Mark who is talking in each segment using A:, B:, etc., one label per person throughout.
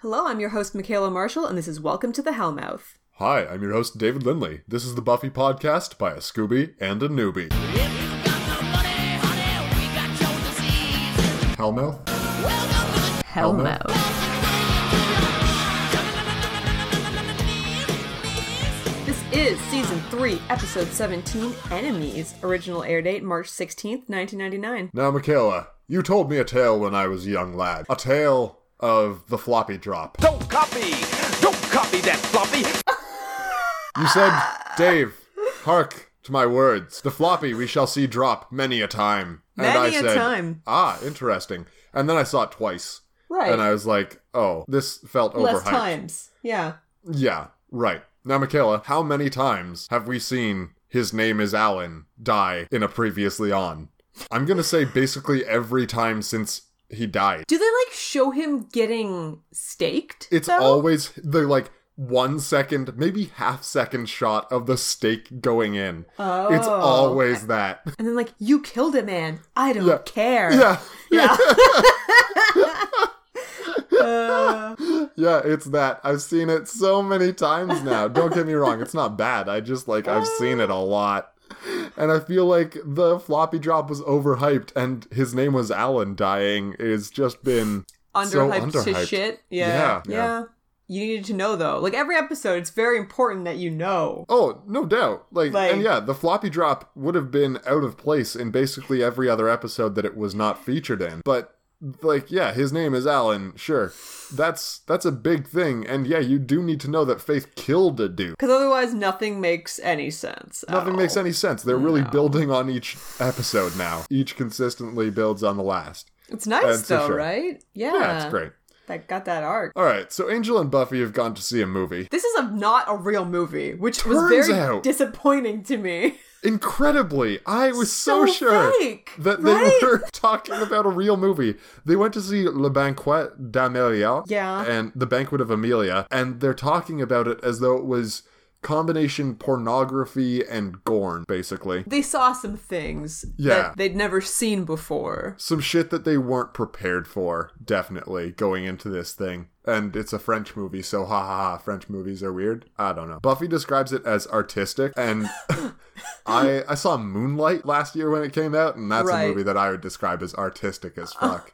A: Hello, I'm your host, Michaela Marshall, and this is Welcome to the Hellmouth.
B: Hi, I'm your host, David Lindley. This is the Buffy podcast by a Scooby and a newbie.
C: If you've got no money, honey, we got your disease.
B: Hellmouth?
C: Welcome to the
A: Hellmouth. This is season 3, episode 17, Enemies. Original air date March 16th, 1999.
B: Now, Michaela, you told me a tale when I was a young lad. A tale of the floppy drop.
D: Don't copy! Don't copy that floppy!
B: You said, Dave, hark to my words. The floppy we shall see drop many a time.
A: Many
B: I
A: a
B: said,
A: time.
B: Ah, interesting. And then I saw it twice.
A: Right.
B: And I was like, oh, this felt
A: Less
B: overhyped.
A: times. Yeah.
B: Yeah, right. Now, Michaela, how many times have we seen his name is Alan die in a previously on? I'm going to say basically every time since he died.
A: Do they like show him getting staked?
B: It's
A: though?
B: always the like one second, maybe half second shot of the stake going in.
A: Oh.
B: It's always that.
A: And then like, you killed a man. I don't
B: Yeah.
A: care.
B: Yeah.
A: Yeah.
B: Yeah, it's that. I've seen it so many times now. Don't get me wrong, it's not bad. I just like I've seen it a lot. And I feel like the floppy drop was overhyped and his name was Alan dying is just been so
A: underhyped, to
B: underhyped.
A: shit.
B: Yeah,
A: yeah.
B: yeah.
A: Yeah. You needed to know though. Like every episode, it's very important that you know.
B: Oh, no doubt. Like,
A: Like-
B: and yeah, the floppy drop would have been out of place in basically every other episode that it was not featured in. But like, yeah, his name is Alan, sure. That's that's a big thing. And yeah, you do need to know that Faith killed a dude.
A: Because otherwise, nothing makes any sense. at
B: Nothing
A: all.
B: makes any sense. They're really building on each episode now. Each consistently builds on the last.
A: It's nice
B: That's Uh, for
A: though,
B: sure.
A: right? Yeah,
B: Yeah, it's great.
A: That got that arc.
B: All right, so Angel and Buffy have gone to see a movie.
A: This is a not a real movie, which was
B: Turns
A: very
B: out-
A: disappointing to me.
B: Incredibly, I was so,
A: So
B: sure
A: fake,
B: that they
A: right?
B: were talking about a real movie. They went to see Le Banquet d'Amelia
A: Yeah.
B: and The Banquet of Amelia, and they're talking about it as though it was combination pornography and Gorn, basically.
A: They saw some things
B: Yeah.
A: that they'd never seen before.
B: some shit that they weren't prepared for, definitely, going into this thing. And it's a French movie, so ha ha ha, French movies are weird. I don't know. Buffy describes it as artistic, and I I saw Moonlight last year when it came out, and that's
A: Right.
B: a movie that I would describe as artistic as fuck.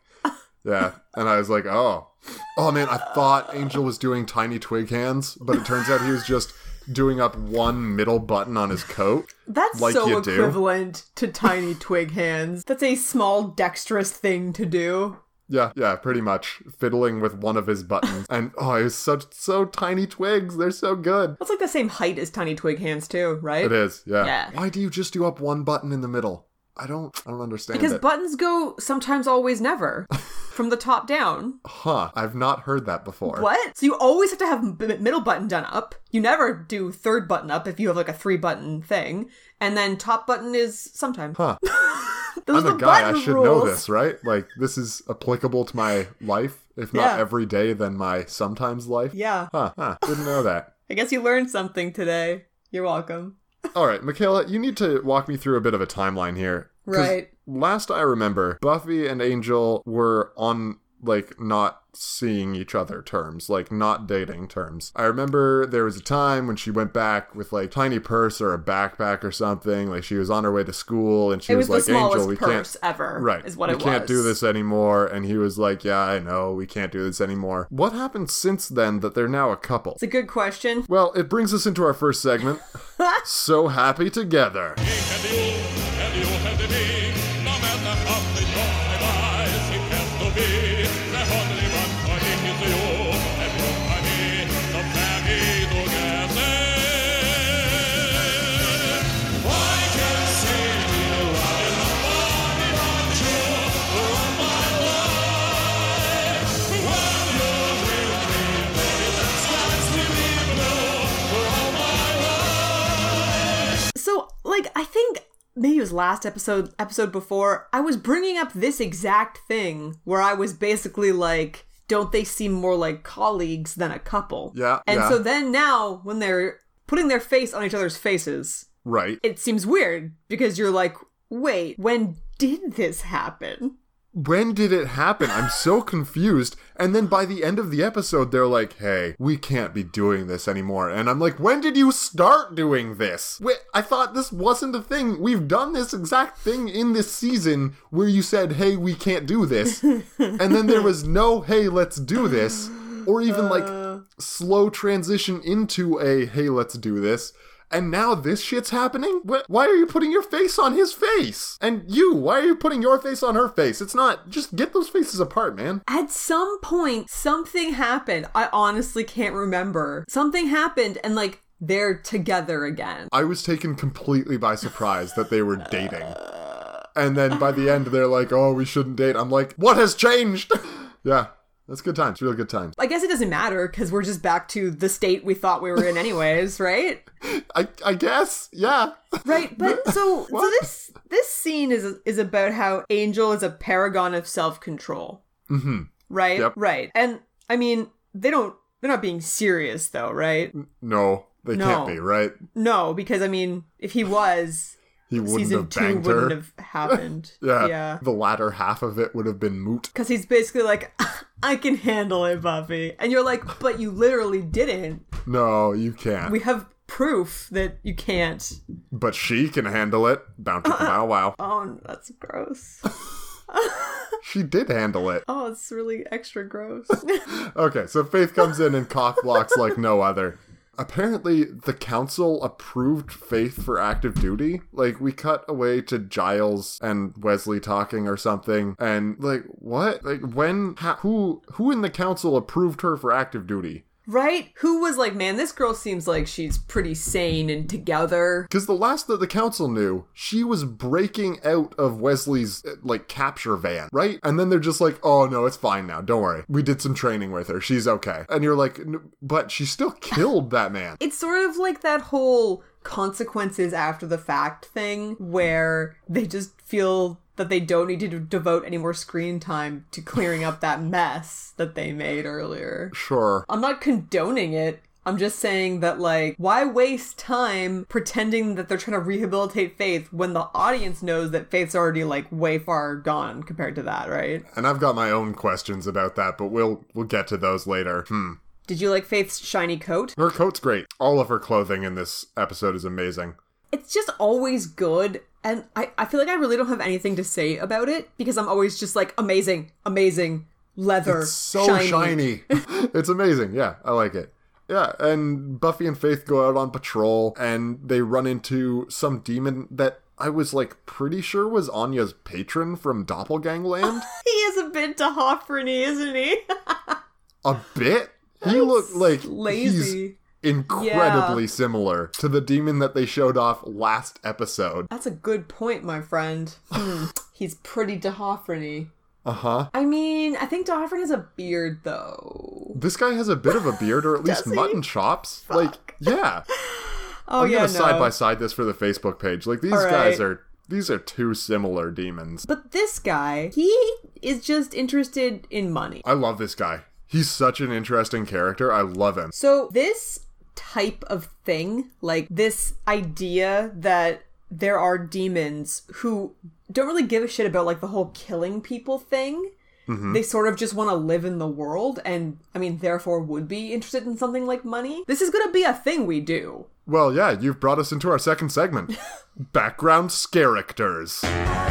B: yeah, and I was like, oh, oh man, I thought Angel was doing tiny twig hands, but it turns out he was just doing up one middle button on his coat.
A: That's
B: Like
A: so
B: you do.
A: equivalent to tiny twig hands. That's a small, dexterous thing to do.
B: Yeah, yeah, pretty much. Fiddling with one of his buttons. and oh, it's such so tiny twigs. They're so good.
A: That's like the same height as tiny twig hands too, right?
B: It is, yeah.
A: Yeah.
B: Why do you just do up one button in the middle? I don't I don't understand
A: Because
B: it.
A: buttons go sometimes, always, never, from the top down.
B: huh. I've not heard that before.
A: What? So you always have to have b- middle button done up. You never do third button up if you have like a three button thing, and then top button is sometimes.
B: Huh.
A: Those are
B: I'm a
A: the
B: guy, I
A: button
B: should know
A: rules.
B: this, right? Like this is applicable to my life, if not
A: Yeah.
B: every day, then my sometimes life.
A: Yeah,
B: Huh, huh. Didn't know that.
A: I guess you learned something today. You're welcome.
B: All right, Michaela, you need to walk me through a bit of a timeline here. 'Cause
A: Right.
B: Last I remember, Buffy and Angel were on like not seeing each other terms, like not dating terms. I remember there was a time when she went back with like tiny purse or a backpack or something. Like she was on her way to school and she
A: It was,
B: like,
A: the smallest
B: Angel, we
A: purse
B: can't
A: ever.
B: Right.
A: is what
B: we
A: it
B: can't
A: was.
B: do this anymore. And he was like, Yeah, I know, we can't do this anymore. What happened since then that they're now a couple?
A: It's a good question.
B: Well, it brings us into our first segment. so happy together.
A: So, like, I think maybe it was last episode, episode before, I was bringing up this exact thing where I was basically like, don't they seem more like colleagues than a couple?
B: Yeah,
A: And
B: yeah.
A: so then now, when they're putting their face on each other's faces,
B: Right.
A: it seems weird because you're like, wait, when did this happen?
B: when did it happen? I'm so confused. And then by the end of the episode, they're like, hey, we can't be doing this anymore. And I'm like, when did you start doing this? Wait, I thought this wasn't a thing. We've done this exact thing in this season where you said, hey, we can't do this. and then there was no, hey, let's do this. Or even like slow transition into a, hey, let's do this. And now this shit's happening? Wh- Why are you putting your face on his face? And you, why are you putting your face on her face? It's not. Just get those faces apart, man.
A: At some point, something happened. I honestly can't remember. Something happened, and like they're together again.
B: I was taken completely by surprise that they were dating. And then by the end, they're like, oh, we shouldn't date. I'm like, what has changed? yeah, that's good times. Real good times.
A: I guess it doesn't matter because we're just back to the state we thought we were in, anyways, right?
B: I, I guess. Yeah.
A: Right, but so so this this scene is is about how Angel is a paragon of self control. Mm-hmm. Right,
B: Yep.
A: right, and I mean they don't they're not being serious though, right?
B: Mm. No, they
A: No.
B: can't be, right?
A: No, because I mean if he was,
B: He wouldn't
A: season
B: have
A: two
B: banged
A: wouldn't
B: her.
A: have happened.
B: yeah.
A: yeah,
B: The latter half of it would have been moot.
A: because he's basically like, I can handle it, Buffy, and you're like, but you literally didn't.
B: No, you can't.
A: We have proof that you can't.
B: But she can handle it. Bow chicka bow wow.
A: Oh, that's gross.
B: She did handle it.
A: Oh, it's really extra gross.
B: Okay, so Faith comes in and cock blocks like no other. Apparently, the council approved Faith for active duty. Like, we cut away to Giles and Wesley talking or something, and like, what? Like, when? Ha- who? Who in the council approved her for active duty?
A: Right? Who was like, man, this girl seems like she's pretty sane and together.
B: Because the last that the council knew, she was breaking out of Wesley's uh, like capture van, right? And then they're just like, "Oh no, it's fine now. Don't worry. We did some training with her. She's okay." And you're like, "N- "But she still killed that man."
A: It's sort of like that whole consequences after the fact thing where they just feel that they don't need to d- devote any more screen time to clearing up that mess that they made earlier.
B: Sure.
A: I'm not condoning it. I'm just saying that, like, why waste time pretending that they're trying to rehabilitate Faith when the audience knows that Faith's already, like, way far gone compared to that, right?
B: And I've got my own questions about that, but we'll we'll get to those later. Hmm.
A: Did you like Faith's shiny coat?
B: Her coat's great. All of her clothing in this episode is amazing.
A: it's just always good and I, I feel like i really don't have anything to say about it because i'm always just like amazing amazing leather
B: It's so shiny. it's amazing. Yeah, I like it. Yeah, and Buffy and Faith go out on patrol and they run into some demon that I was like pretty sure was Anya's patron from Doppelgang Land.
A: he is a bit to Hofferny, isn't he
B: A bit. He looked like he's
A: lazy.
B: incredibly similar to the demon that they showed off last episode.
A: that's a good point my friend Hmm. he's pretty to Hofferny.
B: Uh-huh.
A: i mean i think Hofferny has a beard though
B: This guy has a bit of a beard, or at least
A: Does he?
B: mutton chops. Like, yeah.
A: oh
B: I'm
A: yeah
B: gonna side
A: no.
B: by side this for the Facebook page. Like these
A: All
B: guys
A: right.
B: are these are two similar demons.
A: but this guy he is just interested in money
B: I love this guy. He's such an interesting character. I love him.
A: So this type of thing, like this idea that there are demons who don't really give a shit about like the whole killing people thing.
B: Mm-hmm.
A: They sort of just want to live in the world and I mean therefore would be interested in something like money. This is going to be a thing we do.
B: Well, yeah, you've brought us into our second segment. Background characters.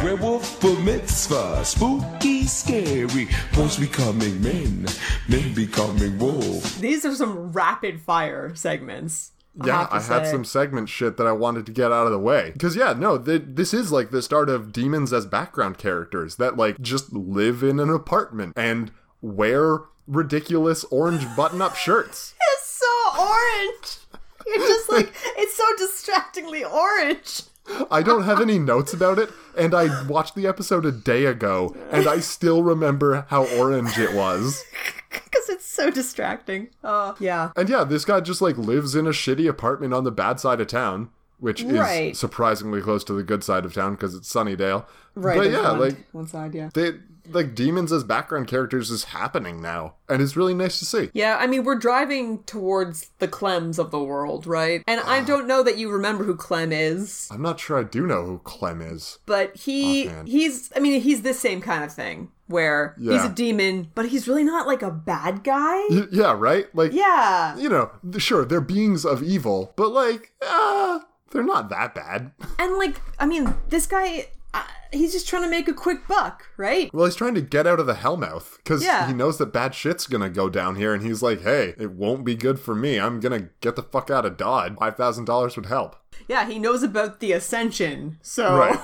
E: Werewolf for mitzvah, spooky, scary. Once becoming men, men becoming wolf.
A: These are some rapid fire segments. I'll
B: Yeah,
A: have to
B: I had
A: say.
B: some segment shit that I wanted to get out of the way. Because, yeah, no, th- this is like the start of demons as background characters that, like, just live in an apartment and wear ridiculous orange button up shirts.
A: It's so orange. You're just like it's so distractingly orange.
B: I don't have any notes about it, and I watched the episode a day ago, and I still remember how orange it was.
A: Because it's so distracting. Uh, yeah.
B: And yeah, this guy just like lives in a shitty apartment on the bad side of town, which
A: Right.
B: is surprisingly close to the good side of town because it's Sunnydale.
A: Right.
B: But
A: there's
B: yeah,
A: one,
B: like
A: one side, yeah.
B: they like demons as background characters is happening now, and it's really nice to see.
A: Yeah, I mean, we're driving towards the Clems of the world, right? And
B: Ah.
A: I don't know that you remember who Clem is,
B: I'm not sure I do know who Clem is.
A: but he
B: Offhand.
A: he's I mean, he's this same kind of thing where he's
B: Yeah.
A: a demon, but he's really not like a bad guy.
B: Y- yeah, right. Like,
A: Yeah.
B: you know, th- sure they're beings of evil, but like, uh, they're not that bad.
A: And like, I mean, this guy uh, he's just trying to make a quick buck, right?
B: Well, he's trying to get out of the Hellmouth because
A: Yeah.
B: he knows that bad shit's gonna go down here, and he's like, "Hey, it won't be good for me. I'm gonna get the fuck out of Dodd. Five thousand dollars would help."
A: Yeah, he knows about the ascension. So
B: Right.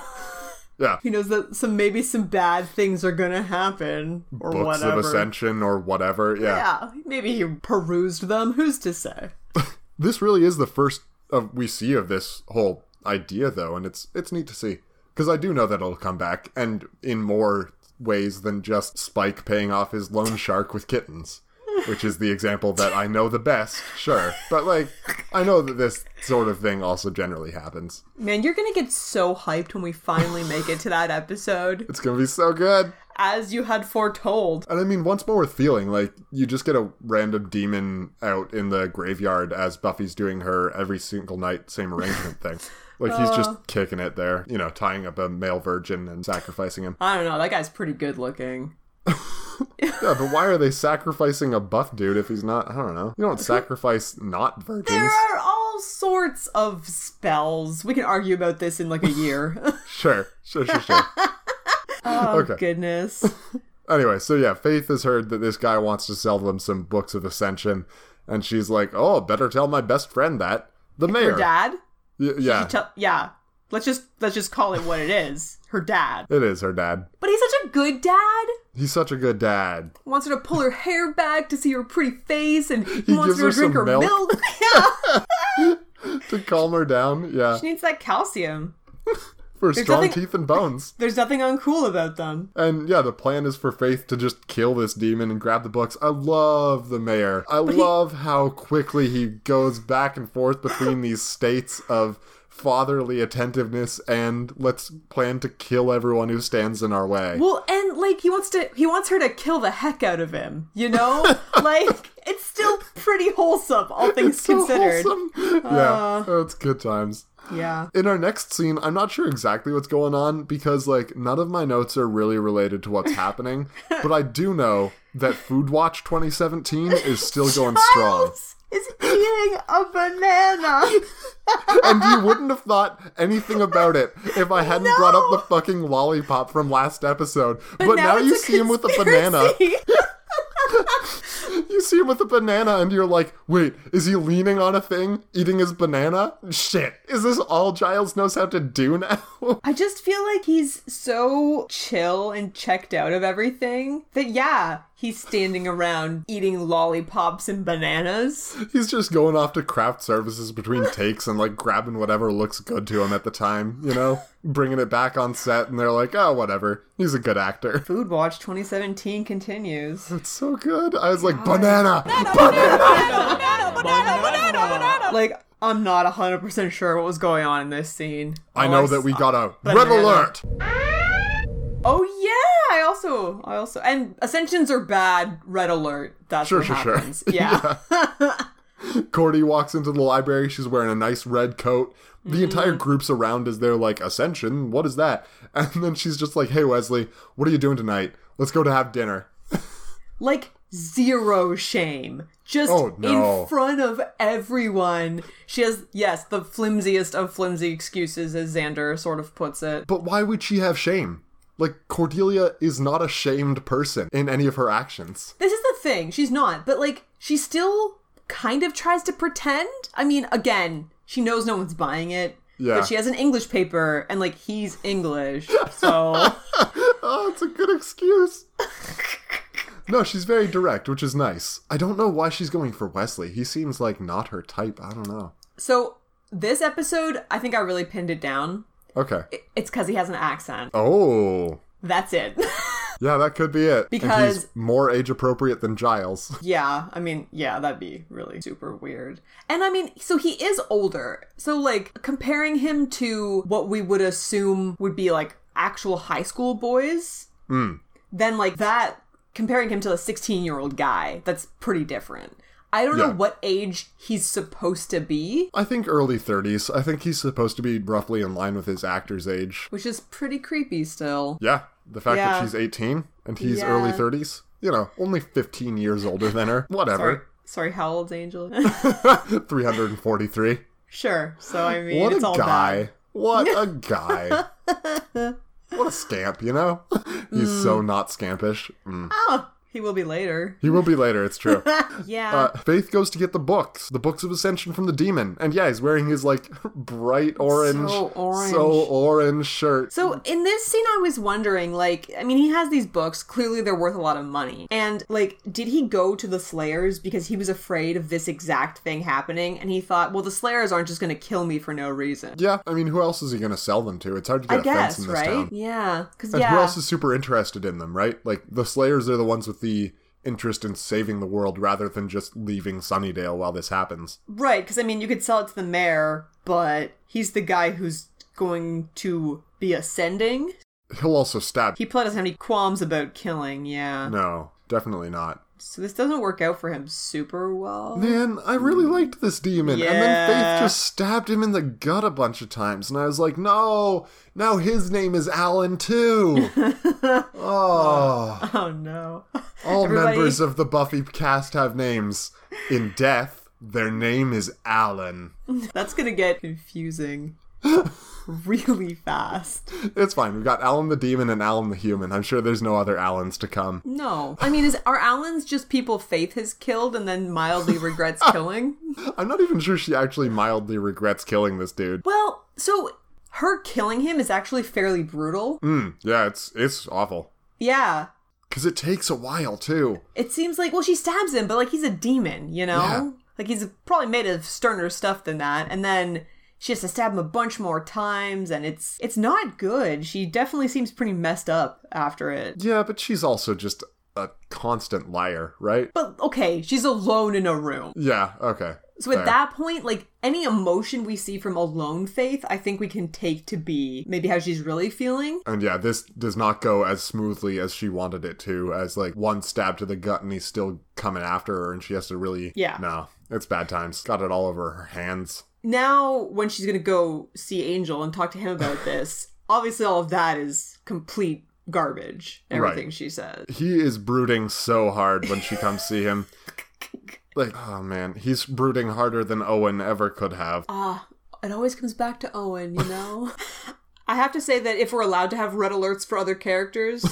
B: Yeah.
A: Oh. he knows that some maybe some bad things are going to happen or
B: Books
A: whatever.
B: of Ascension or whatever. yeah.
A: Yeah, maybe he perused them. Who's to say?
B: this really is the first of we see of this whole idea though and it's it's neat to see because i do know that it'll come back and in more ways than just spike paying off his loan shark with kittens which is the example that i know the best sure but like i know that this sort of thing also generally happens
A: Man, you're gonna get so hyped when we finally make it to that episode,
B: it's gonna be so good
A: as you had foretold.
B: and i mean once more with feeling like you just get a random demon out in the graveyard as buffy's doing her every single night same arrangement thing like he's
A: Uh.
B: just kicking it there you know tying up a male virgin and sacrificing him
A: I don't know, that guy's pretty good looking.
B: yeah but why are they sacrificing a buff dude if he's not i don't know you don't sacrifice not
A: There
B: virgins
A: are all sorts of spells. We can argue about this in like a year. Oh,
B: sure sure sure sure okay
A: Goodness.
B: Anyway, so yeah, Faith has heard that this guy wants to sell them some books of ascension, and she's like, "Oh, better tell my best friend that the mayor."
A: Her dad?
B: Y- yeah,
A: Tell- yeah. Let's just let's just call it what it is. Her dad.
B: it is her dad.
A: But he's such a good dad.
B: He's such a good dad.
A: Wants her to pull her hair back to see her pretty face and he,
B: He
A: wants
B: gives
A: her
B: her
A: to drink
B: some
A: her milk.
B: milk.
A: yeah.
B: To calm her down, yeah,
A: She needs that calcium.
B: for strong
A: nothing-
B: teeth and bones.
A: There's nothing uncool about them.
B: And yeah, the plan is for Faith to just kill this demon and grab the books. I love the mayor. I love how quickly he goes back and forth between these states of fatherly attentiveness and let's plan to kill everyone who stands in our way.
A: Well, and like he wants to, he wants her to kill the heck out of him. You know, like it's still pretty wholesome, all things
B: It's so
A: considered. Uh.
B: wholesome. yeah, oh, it's good times.
A: Yeah,
B: In our next scene, I'm not sure exactly what's going on because like none of my notes are really related to what's happening, but I do know that Food Watch 2017 is still going strong.
A: Miles is eating a banana.
B: And you wouldn't have thought anything about it if I hadn't brought up
A: No.
B: the fucking lollipop from last episode. But, now,
A: it's
B: you
A: a
B: see him with a banana.
A: conspiracy.
B: You see him with a banana and you're like, "Wait, is he leaning on a thing eating his banana?" Shit. Is this all Giles knows how to do now?
A: I just feel like he's so chill and checked out of everything that yeah, he's standing around eating lollipops and bananas.
B: He's just going off to craft services between takes and like grabbing whatever looks good to him at the time, you know? Bringing it back on set and they're like, oh, whatever. He's a good actor.
A: Food Watch 2017 continues.
B: It's so good. I was like, banana!
A: Like I'm not 100% sure what was going on in this scene.
B: Oh, I
A: All
B: know
A: s-
B: that we got a red
A: Banana.
B: alert!
A: Oh yeah, I also I also and ascensions are bad. Red alert. That's
B: Sure,
A: what
B: sure, sure.
A: happens. Yeah.
B: Cordy walks into the library. She's wearing a nice red coat. The entire group's around as they're like, Ascension? What is that? And then she's just like, hey, Wesley, what are you doing tonight? Let's go to have dinner.
A: like zero shame. Just
B: Oh, no.
A: in front of everyone. She has yes, the flimsiest of flimsy excuses as Xander sort of puts it.
B: But why would she have shame? Like, Cordelia is not a shamed person in any of her actions.
A: This is the thing. She's not, but like she still kind of tries to pretend. I mean, again, she knows no one's buying it.
B: Yeah.
A: But she has an English paper and like he's English. So
B: Oh, it's a good excuse. No, she's very direct, which is nice. I don't know why she's going for Wesley. He seems like not her type. I don't know.
A: So this episode, I think I really pinned it down.
B: Okay.
A: It's because he has an accent.
B: Oh.
A: That's it.
B: Yeah, that could be it. And
A: Because-
B: he's more age appropriate than Giles.
A: yeah, I mean, yeah, that'd be really super weird. And I mean, so he is older. So like comparing him
B: Mm.
A: to what we would assume would be like actual high school boys. then like that comparing him to a 16 year old guy that's pretty different i don't
B: Yeah.
A: know what age he's supposed to be
B: I think early 30s. I think he's supposed to be roughly in line with his actor's age.
A: which is pretty creepy still
B: Yeah, the fact that
A: Yeah.
B: she's 18 and he's
A: Yeah.
B: early 30s. You know, only 15 years older than her. Whatever.
A: sorry how old's angel
B: 343.
A: sure so i mean
B: What
A: it's
B: a
A: all
B: guy.
A: bad
B: What a guy. what a scamp, you know? He's so not scampish. Mm.
A: oh he will be later
B: He will be later, it's true.
A: yeah
B: Uh, Faith goes to get the books, the books of ascension from the demon, and yeah, he's wearing his like bright orange,
A: So orange.
B: so orange shirt.
A: So in this scene, I was wondering, like, I mean, he has these books. Clearly, they're worth a lot of money. And like, did he go to the Slayers because he was afraid of this exact thing happening? And he thought, well, the Slayers aren't just going to kill me for no reason.
B: yeah, I mean, who else is he gonna sell them to? It's hard to get
A: I
B: a fence
A: guess,
B: in this
A: right?
B: town.
A: Yeah, because
B: And
A: yeah,
B: who else is super interested in them, right? Like the Slayers are the ones with the interest in saving the world rather than just leaving Sunnydale while this happens.
A: right? Because I mean, you could sell it to the mayor, but he's the guy who's going to be ascending.
B: He'll also stab.
A: He probably doesn't have any qualms about killing. Yeah,
B: no, definitely not.
A: so this doesn't work out for him super well.
B: Man, I really liked this demon. And then Faith
A: Yeah.
B: just stabbed him in the gut a bunch of times. And I was like, no, now his name is Alan too. oh,
A: Oh no.
B: all
A: Everybody-
B: members of the Buffy cast have names. In death, their name is Alan.
A: That's gonna get confusing really fast.
B: It's fine. We've got Alan the demon and Alan the human. I'm sure there's no other Alans to come.
A: No. I mean, is are Allens just people Faith has killed and then mildly regrets killing?
B: I'm not even sure she actually mildly regrets killing this dude.
A: Well, so her killing him is actually fairly brutal.
B: Yeah, it's it's awful.
A: Yeah.
B: Cause it takes a while too.
A: It seems like well, she stabs him, but like he's a demon, you know?
B: Yeah.
A: Like he's probably made of sterner stuff than that. And then she has to stab him a bunch more times and it's it's not good. She definitely seems pretty messed up after it.
B: Yeah, but she's also just a constant liar, right?
A: But okay, she's alone in a room.
B: Yeah, okay.
A: So at
B: Fair.
A: that point, like any emotion we see from alone faith, I think we can take to be maybe how she's really feeling.
B: And yeah, this does not go as smoothly as she wanted it to, as like one stab to the gut and he's still coming after her and she has to really.
A: Yeah.
B: No, it's bad times. Got it all over her hands.
A: Now, when she's gonna go see Angel and talk to him about this, obviously all of that is complete garbage. Everything
B: Right.
A: she says.
B: He is brooding so hard when she comes see him. Like, oh man, he's brooding harder than Owen ever could have.
A: Ah, It always comes back to Owen, you know? I have to say that if we're allowed to have red alerts for other characters,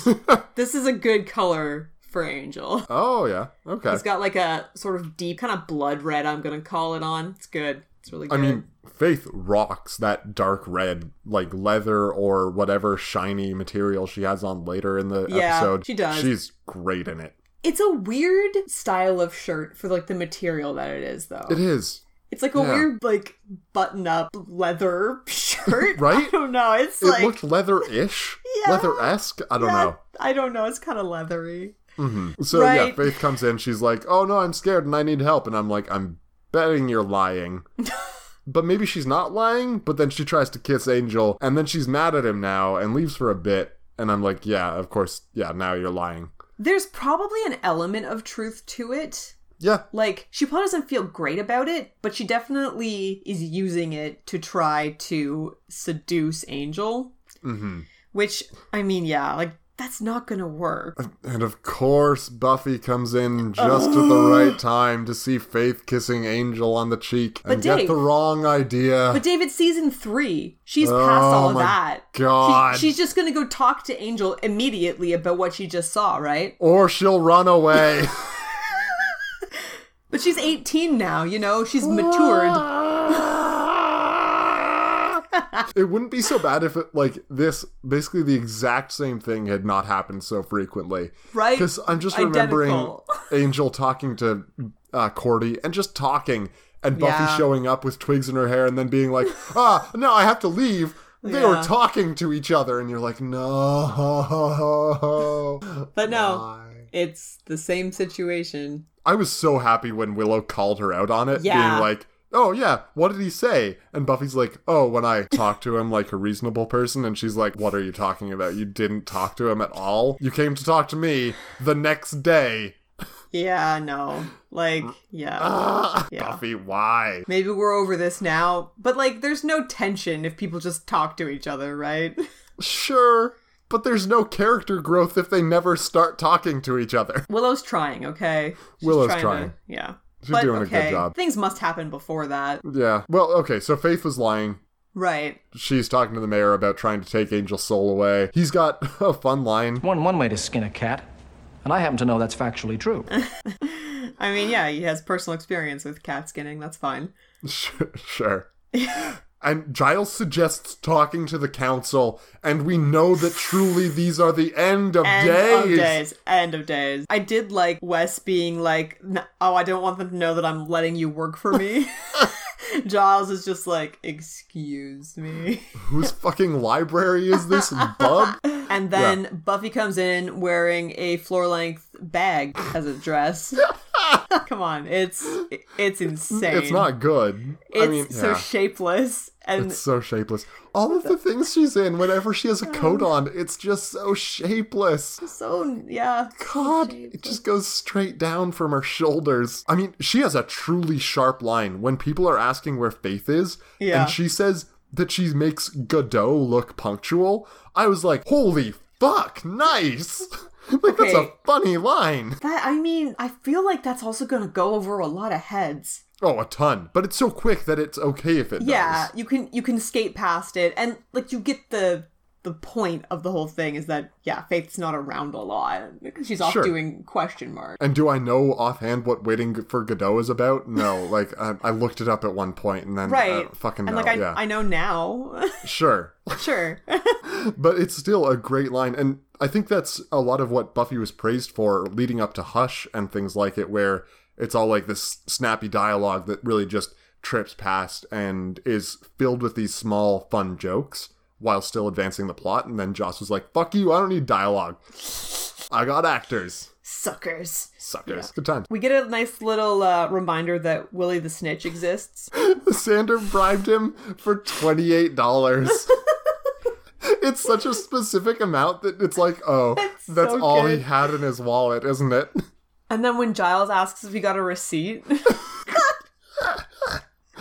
A: this is a good color for Angel.
B: Oh, yeah. Okay.
A: It's got like a sort of deep kind of blood red, I'm gonna call it on. It's good. It's really good.
B: I mean, Faith rocks that dark red, like leather or whatever shiny material she has on later in the
A: Yeah,
B: episode.
A: she does.
B: She's great in it.
A: It's a weird style of shirt for like the material that it is though.
B: It is.
A: It's like a
B: yeah.
A: weird like button up leather shirt.
B: Right?
A: I don't know. It's
B: It
A: like
B: looked leather ish,
A: Yeah.
B: leather esque. I don't know. Mm-hmm.
A: I don't know. It's kind of leathery.
B: So, yeah,
A: Right.
B: Faith comes in. She's like, oh no, I'm scared and I need help. And I'm like, I'm betting you're lying. but maybe she's not lying, but then she tries to kiss Angel and then she's mad at him now and leaves for a bit. And I'm like, yeah, of course. Yeah, now you're lying.
A: There's probably an element of truth to it.
B: Yeah,
A: Like she probably doesn't feel great about it, but she definitely is using it to try to seduce Angel. Mm-hmm. Which I mean, yeah, like that's not gonna work.
B: And of course, Buffy comes in just at the right time to see Faith kissing Angel on the cheek and
A: But
B: get
A: Dave-
B: the wrong idea.
A: But David, season three, she's past all of
B: Oh my
A: that.
B: God.
A: She- she's just gonna go talk to Angel immediately about what she just saw, right?
B: or she'll run away.
A: But she's 18 now, you know. She's
B: Ah.
A: matured.
B: it wouldn't be so bad if it like this basically the exact same thing had not happened so frequently.
A: Right.
B: Because I'm just remembering
A: Identical.
B: Angel talking to uh, Cordy and just talking and Buffy
A: Yeah.
B: showing up with twigs in her hair and then being like, ah, no, I have to leave. They were
A: Yeah.
B: talking to each other, and you're like, no.
A: But no,
B: Why?
A: it's the same situation.
B: I was so happy when Willow called her out on it,
A: Yeah.
B: being like, oh yeah, what did he say? And Buffy's like, oh, when I talked to him like a reasonable person, and she's like, what are you talking about? You didn't talk to him at all. You came to talk to me the next day.
A: Yeah, no. Like, yeah.
B: Ah,
A: Yeah.
B: Buffy, why?
A: Maybe we're over this now, but like, there's no tension if people just talk to each other, right?
B: Sure, but there's no character growth if they never start talking to each other.
A: Willow's trying, okay? She's
B: Willow's
A: to-
B: trying.
A: yeah.
B: She's doing a good job.
A: Things must happen before that.
B: Yeah. Well, okay, so Faith was lying.
A: Right.
B: She's talking to the mayor about trying to take Angel's soul away. He's got a fun line.
F: One one way to skin a cat, and I happen to know that's factually true.
A: I mean, yeah, he has personal experience with cat skinning. That's fine.
B: Sure. sure. and Giles suggests talking to the council, and we know that truly these are the end of
A: End
B: days.
A: of days. End of days. I did like Wes being like, "N- oh, I don't want them to know that I'm letting you work for me. Giles is just like, excuse me.
B: Whose fucking library is this, bub?
A: And then Buffy comes in wearing a floor length bag as a dress. Come on, it's it's insane.
B: It's not good. I
A: It's
B: mean,
A: so
B: yeah.
A: shapeless and
B: It's so shapeless. All of the things she's in, whenever she has a coat
A: Oh.
B: on, it's just so shapeless.
A: so yeah.
B: God, it just goes straight down from her shoulders. I mean, she has a truly sharp line when people are asking where Faith is,
A: Yeah.
B: and she says that she makes Godot look punctual. I was like, holy fuck, nice! like, that's a
A: Okay.
B: funny line.
A: That I mean, I feel like that's also gonna go over a lot of heads.
B: Oh, a ton. But it's so quick that it's okay if it
A: Yeah,
B: does.
A: you can you can skate past it and like you get the the point of the whole thing is that yeah, Faith's not around a lot because she's off
B: Sure.
A: doing question mark.
B: And do I know offhand what waiting for Godot is about? No, like I, I looked it up at one point and then I
A: Right.
B: don't fucking know.
A: and like I,
B: yeah,
A: I know now.
B: sure,
A: sure.
B: but it's still a great line, and I think that's a lot of what Buffy was praised for leading up to Hush and things like it, where it's all like this snappy dialogue that really just trips past and is filled with these small fun jokes while still advancing the plot. And then Joss was like, "Fuck you, I don't need dialogue. I got actors,
A: Suckers.
B: suckers, good times."
A: We get a nice little uh, reminder that Willie the Snitch exists.
B: Sander bribed him for $28. it's such a specific amount that it's like, oh, that's,
A: so
B: all he
A: good.
B: had in his wallet, isn't it?
A: And then when Giles asks if he got a receipt,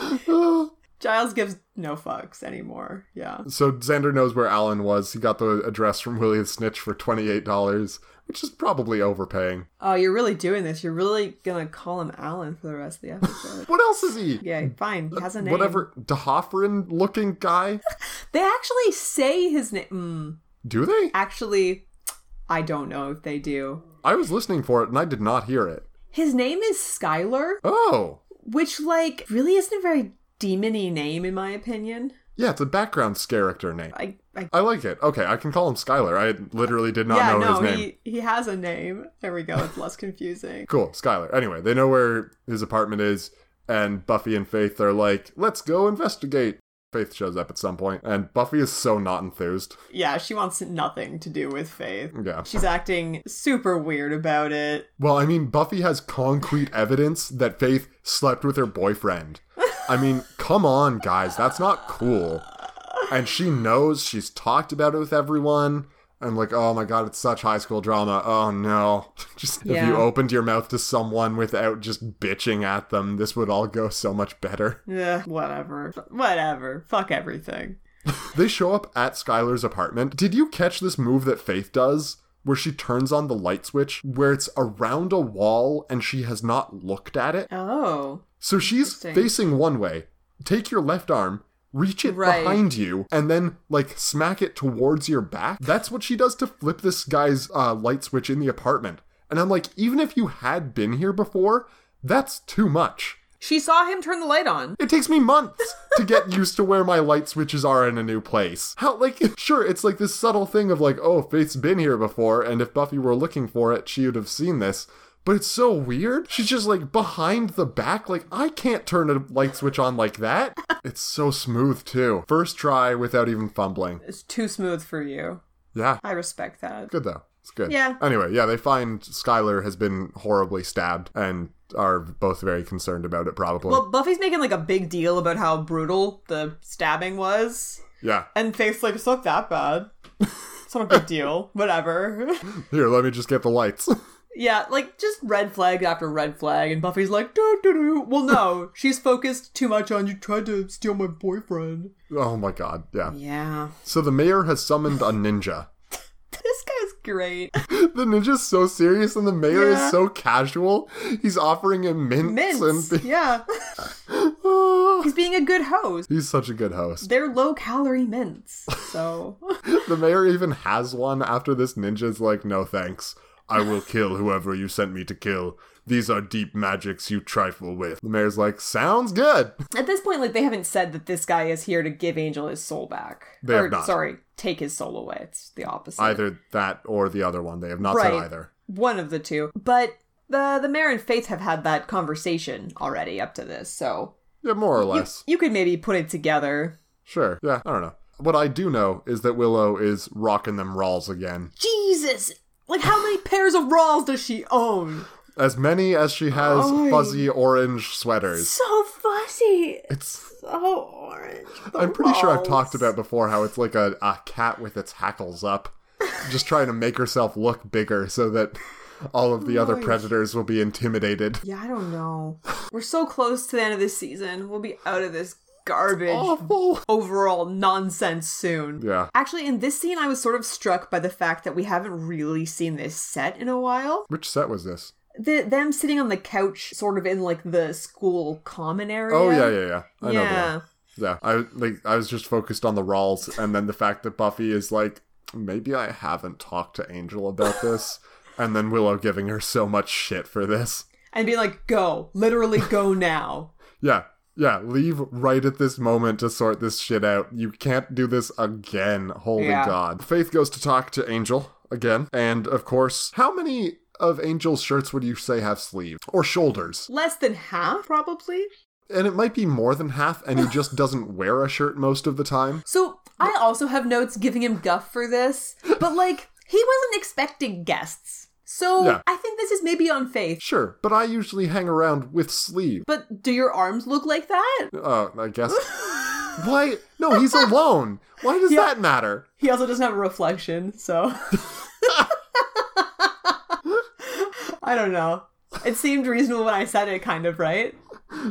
A: Giles gives no fucks anymore. Yeah.
B: So Xander knows where Alan was. He got the address from Willie the Snitch for $28, which is probably overpaying.
A: Oh, you're really doing this. You're really gonna call him Alan for the rest of the episode.
B: What else is he?
A: yeah, fine. He has a name.
B: Hmm. Whatever, Dehoffrin looking guy?
A: They actually say his name. Mm,
B: Do they?
A: actually, I don't know if they do.
B: I was listening for it and I did not hear it.
A: His name is Skylar,
B: Oh,
A: which like really isn't a very demony name in my opinion.
B: yeah, it's a background character name.
A: I, I
B: I like it. Okay, I can call him Skylar. I literally did not
A: yeah,
B: know
A: no,
B: his name.
A: he he has a name. There we go. It's less confusing.
B: Cool, Skylar. Anyway, they know where his apartment is, and Buffy and Faith are like, let's go investigate. Faith shows up at some point, and Buffy is so not enthused.
A: Yeah, she wants nothing to do with Faith.
B: Yeah.
A: She's acting super weird about it.
B: Well, I mean, Buffy has concrete evidence that Faith slept with her boyfriend. I mean, come on, guys, that's not cool. And she knows, she's talked about it with everyone. And like, oh my god, it's such high school drama. Oh no. Just if
A: Yeah.
B: you opened your mouth to someone without just bitching at them, this would all go so much better.
A: Ugh, whatever. Whatever. Fuck everything.
B: They show up at Skylar's apartment. Did you catch this move that Faith does? Where she turns on the light switch, where it's around a wall and she has not looked at it.
A: Oh.
B: So she's
A: interesting.
B: facing one way. Take your left arm, reach it
A: Right.
B: behind you, and then like smack it towards your back. That's what she does to flip this guy's uh, light switch in the apartment. And I'm like, even if you had been here before, that's too much.
A: She saw him turn the light on.
B: It takes me months to get used to where my light switches are in a new place. How, like, sure, it's like this subtle thing of like, oh, Faith's been here before, and if Buffy were looking for it, she would have seen this. But it's so weird. She's just like behind the back. Like, I can't turn a light switch on like that. It's so smooth, too. First try without even fumbling.
A: It's too smooth for you.
B: Yeah.
A: I respect that.
B: Good, though. It's good.
A: Yeah.
B: Anyway, yeah, they find Skylar has been horribly stabbed and are both very concerned about it, probably.
A: Well, Buffy's making like a big deal about how brutal the stabbing was,
B: yeah.
A: and Faith's like, "It's not that bad. It's not a big deal. Whatever."
B: Here, let me just get the lights.
A: yeah, like just red flag after red flag, and Buffy's like, "Do do do." Well, no, she's focused too much on you tried to steal my boyfriend.
B: oh my god. Yeah.
A: Yeah,
B: So the mayor has summoned a ninja.
A: this guy's great.
B: The ninja's so serious and the mayor
A: Yeah.
B: is so casual. He's offering him mints,
A: Mints,
B: and
A: yeah, he's being a good host.
B: he's such a good host.
A: They're low calorie mints, so
B: The mayor even has one after this ninja's like, no thanks. I will kill whoever you sent me to kill. These are deep magics you trifle with. The mayor's like, sounds good.
A: at this point, like they haven't said that this guy is here to give Angel his soul back.
B: They
A: or,
B: have not.
A: Sorry, take his soul away. It's the opposite.
B: Either that or the other one. They have not said
A: Right.
B: either.
A: one of the two. But the the mayor and Faith have had that conversation already up to this, so
B: Yeah, more or
A: you,
B: less.
A: you could maybe put it together.
B: Sure. Yeah, I don't know. What I do know is that Willow is rocking them Rawls again.
A: Jesus, like how many pairs of Rawls does she own?
B: As many as she has
A: Oy.
B: fuzzy orange sweaters.
A: So fussy,
B: It's
A: so orange.
B: I'm pretty sure I've
A: Rawls.
B: talked about before how it's like a, a cat with its hackles up, just trying to make herself look bigger so that all of the other predators will be intimidated.
A: Yeah, I don't know. We're so close to the end of this season. We'll be out of this garbage
B: Oh, Awful.
A: overall nonsense soon.
B: Yeah.
A: Actually, in this scene, I was sort of struck by the fact that we haven't really seen this set in a while.
B: Which set was this?
A: the them sitting on the couch sort of in like the school common area
B: Oh yeah, yeah, yeah. I know. the
A: yeah
B: one. Yeah. I like I was just focused on the Rawls and then the fact that Buffy is like, maybe I haven't talked to Angel about this. And then Willow giving her so much shit for this.
A: and being like go literally go now
B: Yeah. Yeah, leave right at this moment to sort this shit out. You can't do this again. Holy
A: Yeah.
B: God. Faith goes to talk to Angel again. And of course, how many of Angel's shirts would you say have sleeves or shoulders?
A: less than half probably
B: And it might be more than half, and he just doesn't wear a shirt most of the time.
A: so i also have notes giving him guff for this but like he wasn't expecting guests so
B: Yeah.
A: i think this is maybe on faith
B: Sure, but I usually hang around with sleeve.
A: but do your arms look like that
B: Oh, I guess. Why? No, he's alone. Why does that matter?
A: he also doesn't have a reflection so i don't know it seemed reasonable when i said it kind of right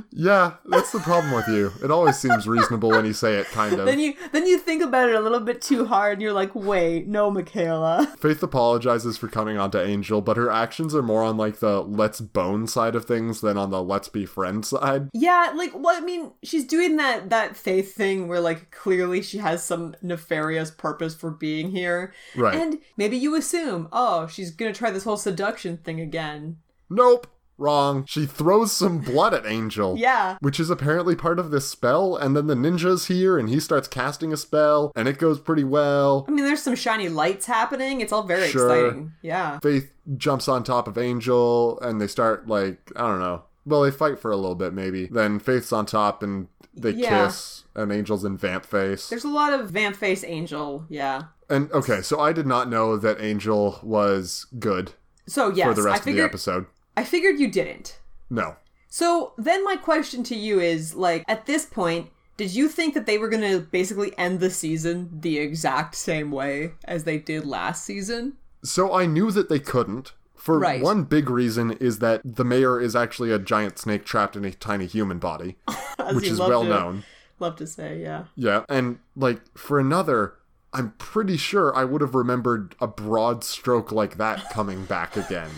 B: Yeah, that's the problem with you. It always seems reasonable when you say it, kind of.
A: then you then you think about it a little bit too hard and you're like wait no michaela
B: Faith apologizes for coming onto Angel, but her actions are more on like the let's bone side of things than on the let's be friends side.
A: yeah like well i mean she's doing that that faith thing where like clearly she has some nefarious purpose for being here
B: Right.
A: and maybe you assume oh she's gonna try this whole seduction thing again
B: Nope. Wrong. She throws some blood at Angel.
A: yeah
B: Which is apparently part of this spell, and then the ninja's here and he starts casting a spell, and it goes pretty well.
A: i mean there's some shiny lights happening it's all very
B: Sure.
A: exciting yeah
B: Faith jumps on top of Angel and they start like I don't know. Well, they fight for a little bit maybe. Then Faith's on top and they
A: Yeah.
B: kiss and Angel's in vamp face.
A: there's a lot of vamp face angel yeah
B: And okay, so I did not know that Angel was good
A: so yes
B: for the rest
A: i
B: of the
A: figured
B: episode.
A: i figured you didn't
B: No.
A: So then my question to you is like at this point, did you think that they were going to basically end the season the exact same way as they did last season?
B: So I knew that they couldn't. For
A: Right.
B: one big reason is that the mayor is actually a giant snake trapped in a tiny human body,
A: As
B: which
A: you
B: is
A: love
B: well
A: to-
B: known.
A: Love to say, yeah.
B: Yeah. And like for another, I'm pretty sure I would have remembered a broad stroke like that coming back again.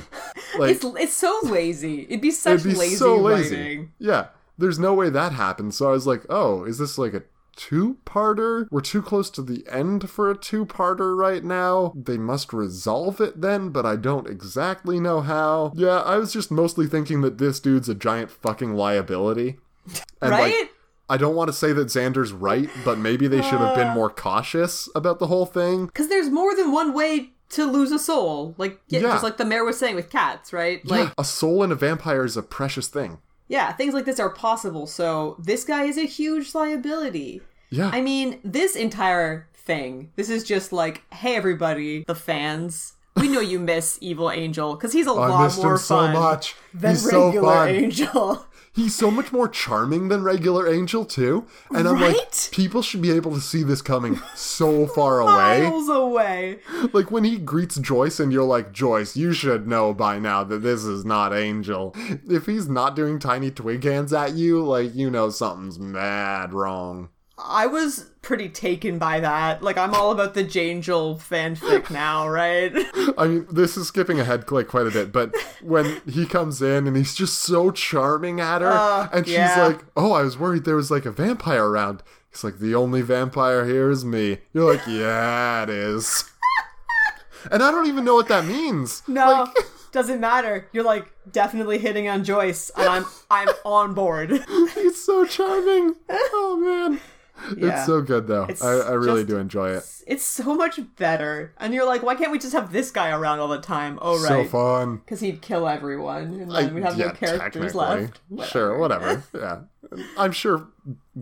B: Like
A: It's it's so lazy. It'd be such lazy writing.
B: Yeah, there's no way that happened. So I was like, oh, is this like a two-parter? We're too close to the end for a two-parter right now. They must resolve it then, but I don't exactly know how. Yeah, I was just mostly thinking that this dude's a giant fucking liability. And like,
A: Right?
B: I don't want to say that Xander's right, but maybe they should
A: Uh.
B: have been more cautious about the whole thing.
A: Cuz there's more than one way to lose a soul. Like yeah,
B: Yeah.
A: just like the mayor was saying with cats, right?
B: yeah,
A: Like
B: a soul in a vampire is a precious thing.
A: yeah, things like this are possible. So this guy is a huge liability.
B: Yeah.
A: I mean, this entire thing, this is just like, hey, everybody, the fans, We know you miss Evil Angel because he's a
B: I
A: lot
B: missed
A: more
B: him so
A: fun
B: much.
A: than
B: He's so
A: regular
B: fun.
A: Angel.
B: He's so much more charming than regular Angel too. And I'm
A: Right?
B: like, people should be able to see this coming so far away.
A: Miles away.
B: Like when he greets Joyce and you're like, Joyce, you should know by now that this is not Angel. If he's not doing tiny twig hands at you, like you know something's mad wrong.
A: I was pretty taken by that. Like I'm all about the Jangel fanfic now, right?
B: I mean, this is skipping ahead like quite a bit, but when he comes in and he's just so charming at her, and she's
A: yeah.
B: like, "Oh, I was worried there was like a vampire around." He's like, "The only vampire here is me." You're like, "Yeah, it is." and I don't even know what that means.
A: No, doesn't matter. You're like definitely hitting on Joyce, and I'm I'm on board.
B: He's so charming. Oh man,
A: Yeah.
B: it's so good though. I, I really
A: just
B: do enjoy it.
A: It's so much better. And you're like, why can't we just have this guy around all the time? Oh
B: So
A: right,
B: fun.
A: because he'd kill everyone, and then
B: I-
A: we'd have no characters
B: technically.
A: left.
B: Sure, whatever. yeah, I'm sure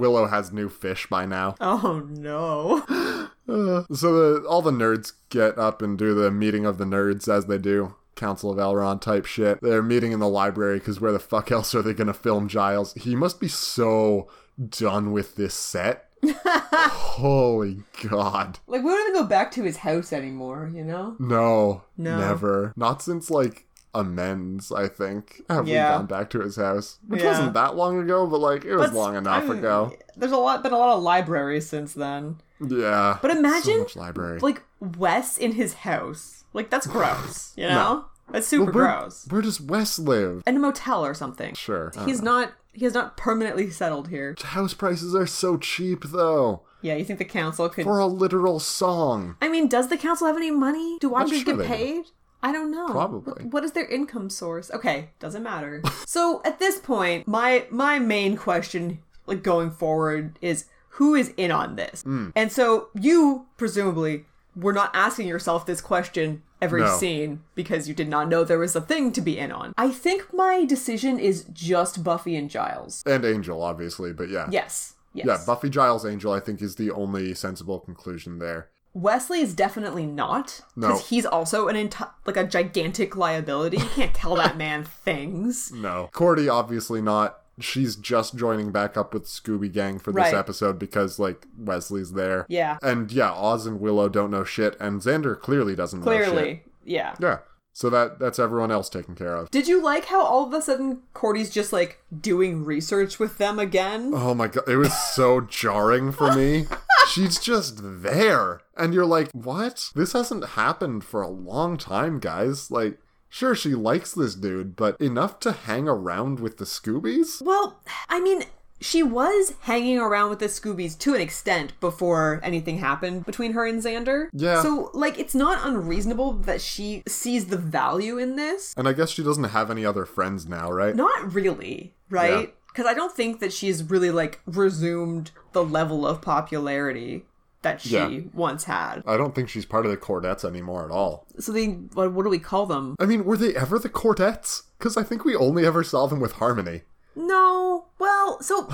B: Willow has new fish by now.
A: Oh no.
B: So the, all the nerds get up and do the meeting of the nerds as they do. Council of Elrond type shit. They're meeting in the library because where the fuck else are they going to film Giles? He must be so done with this set. Holy God.
A: Like we don't even go back to his house anymore, you know?
B: No,
A: No.
B: Never. Not since like amends, I think. Have
A: Yeah.
B: we gone back to his house? Which
A: Yeah.
B: wasn't that long ago, but like it was
A: That's-
B: long enough
A: I'm-
B: ago.
A: There's a lot been a lot of libraries since then.
B: Yeah.
A: But
B: so
A: imagine
B: much library.
A: like Wes in his house. Like that's gross, you know? That's super
B: Well, where,
A: gross.
B: where does Wes live?
A: In a motel or something.
B: Sure. I
A: He's not he has not permanently settled here.
B: House prices are so cheap, though,
A: Yeah, you think the council could
B: for a literal song.
A: I mean, does the council have any money? Do watchers
B: sure
A: get
B: they do.
A: paid? I don't know.
B: Probably.
A: What- what is their income source? Okay, doesn't matter. so at this point, my my main question, like going forward, is who is in on this?
B: Hmm.
A: And so you presumably were not asking yourself this question every
B: No.
A: scene because you did not know there was a thing to be in on. I think my decision is just Buffy and Giles.
B: And Angel, obviously, but yeah.
A: Yes. Yes.
B: Yeah, Buffy Giles Angel, I think, is the only sensible conclusion there.
A: Wesley is definitely not
B: No.
A: because he's also an enti- like a gigantic liability. You can't tell that man things.
B: No. Cordy, obviously not. She's just joining back up with Scooby Gang for
A: Right.
B: this episode because, like, Wesley's there.
A: Yeah.
B: And yeah, Oz and Willow don't know shit, and Xander clearly doesn't know shit.
A: Clearly, yeah.
B: Yeah. So that that's everyone else taken care of.
A: Did you like how all of a sudden Cordy's just like doing research with them again?
B: Oh my god, it was so jarring for me. She's just there. And you're like, what? This hasn't happened for a long time, guys. Like, sure, she likes this dude, but enough to hang around with the Scoobies?
A: Well, I mean, she was hanging around with the Scoobies to an extent before anything happened between her and Xander.
B: Yeah.
A: So like, it's not unreasonable that she sees the value in this.
B: And I guess she doesn't have any other friends now, right?
A: Not really, right? Because I don't think that she's really like resumed the level of popularity that she
B: Yeah.
A: once had.
B: I don't think she's part of the Cordettes anymore at all.
A: So they, what, what do we call them?
B: I mean, were they ever the Cordettes? Because I think we only ever saw them with Harmony.
A: No, well, so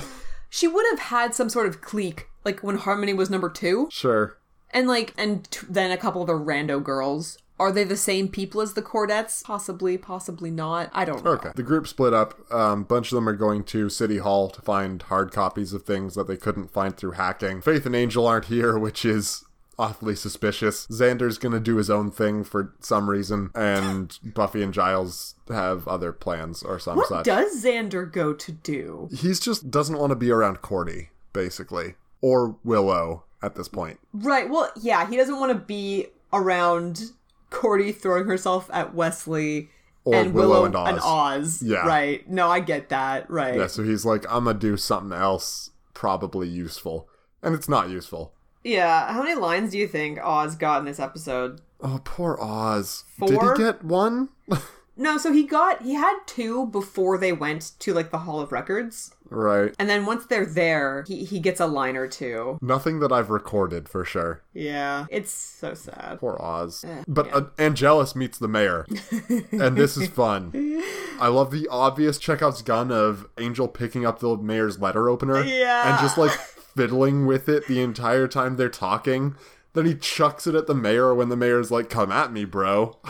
A: she would have had some sort of clique, like when Harmony was number two,
B: Sure.
A: and like, and t- then a couple of the rando girls. Are they the same people as the Cordettes? Possibly, possibly not. I don't know.
B: Okay. The group split up. A um, bunch of them are going to City Hall to find hard copies of things that they couldn't find through hacking. Faith and Angel aren't here, which is awfully suspicious. Xander's going to do his own thing for some reason, and Buffy and Giles have other plans or some
A: What
B: such.
A: does Xander go to do?
B: He's just doesn't want to be around Cordy, basically, or Willow at this point.
A: Right. Well, yeah, he doesn't want to be around Cordy throwing herself at Wesley
B: Or
A: and Willow,
B: Willow
A: and,
B: and
A: Oz.
B: Oz. Yeah.
A: Right. No, I get that. Right.
B: Yeah, so he's like, I'm going to do something else, probably useful. And it's not useful.
A: Yeah. How many lines do you think Oz got in this episode?
B: Oh, poor Oz. Did
A: Four?
B: he get one?
A: No, so he got he had two before they went to like the Hall of Records.
B: right.
A: And then once they're there, he he gets a line or two.
B: Nothing that I've recorded for sure.
A: Yeah. It's so sad.
B: Poor Oz.
A: Eh,
B: but uh, Angelus meets the mayor, and this is fun. I love the obvious Chekhov's gun of Angel picking up the mayor's letter opener
A: Yeah.
B: and just like fiddling with it the entire time they're talking. Then he chucks it at the mayor when the mayor's like, "Come at me, bro."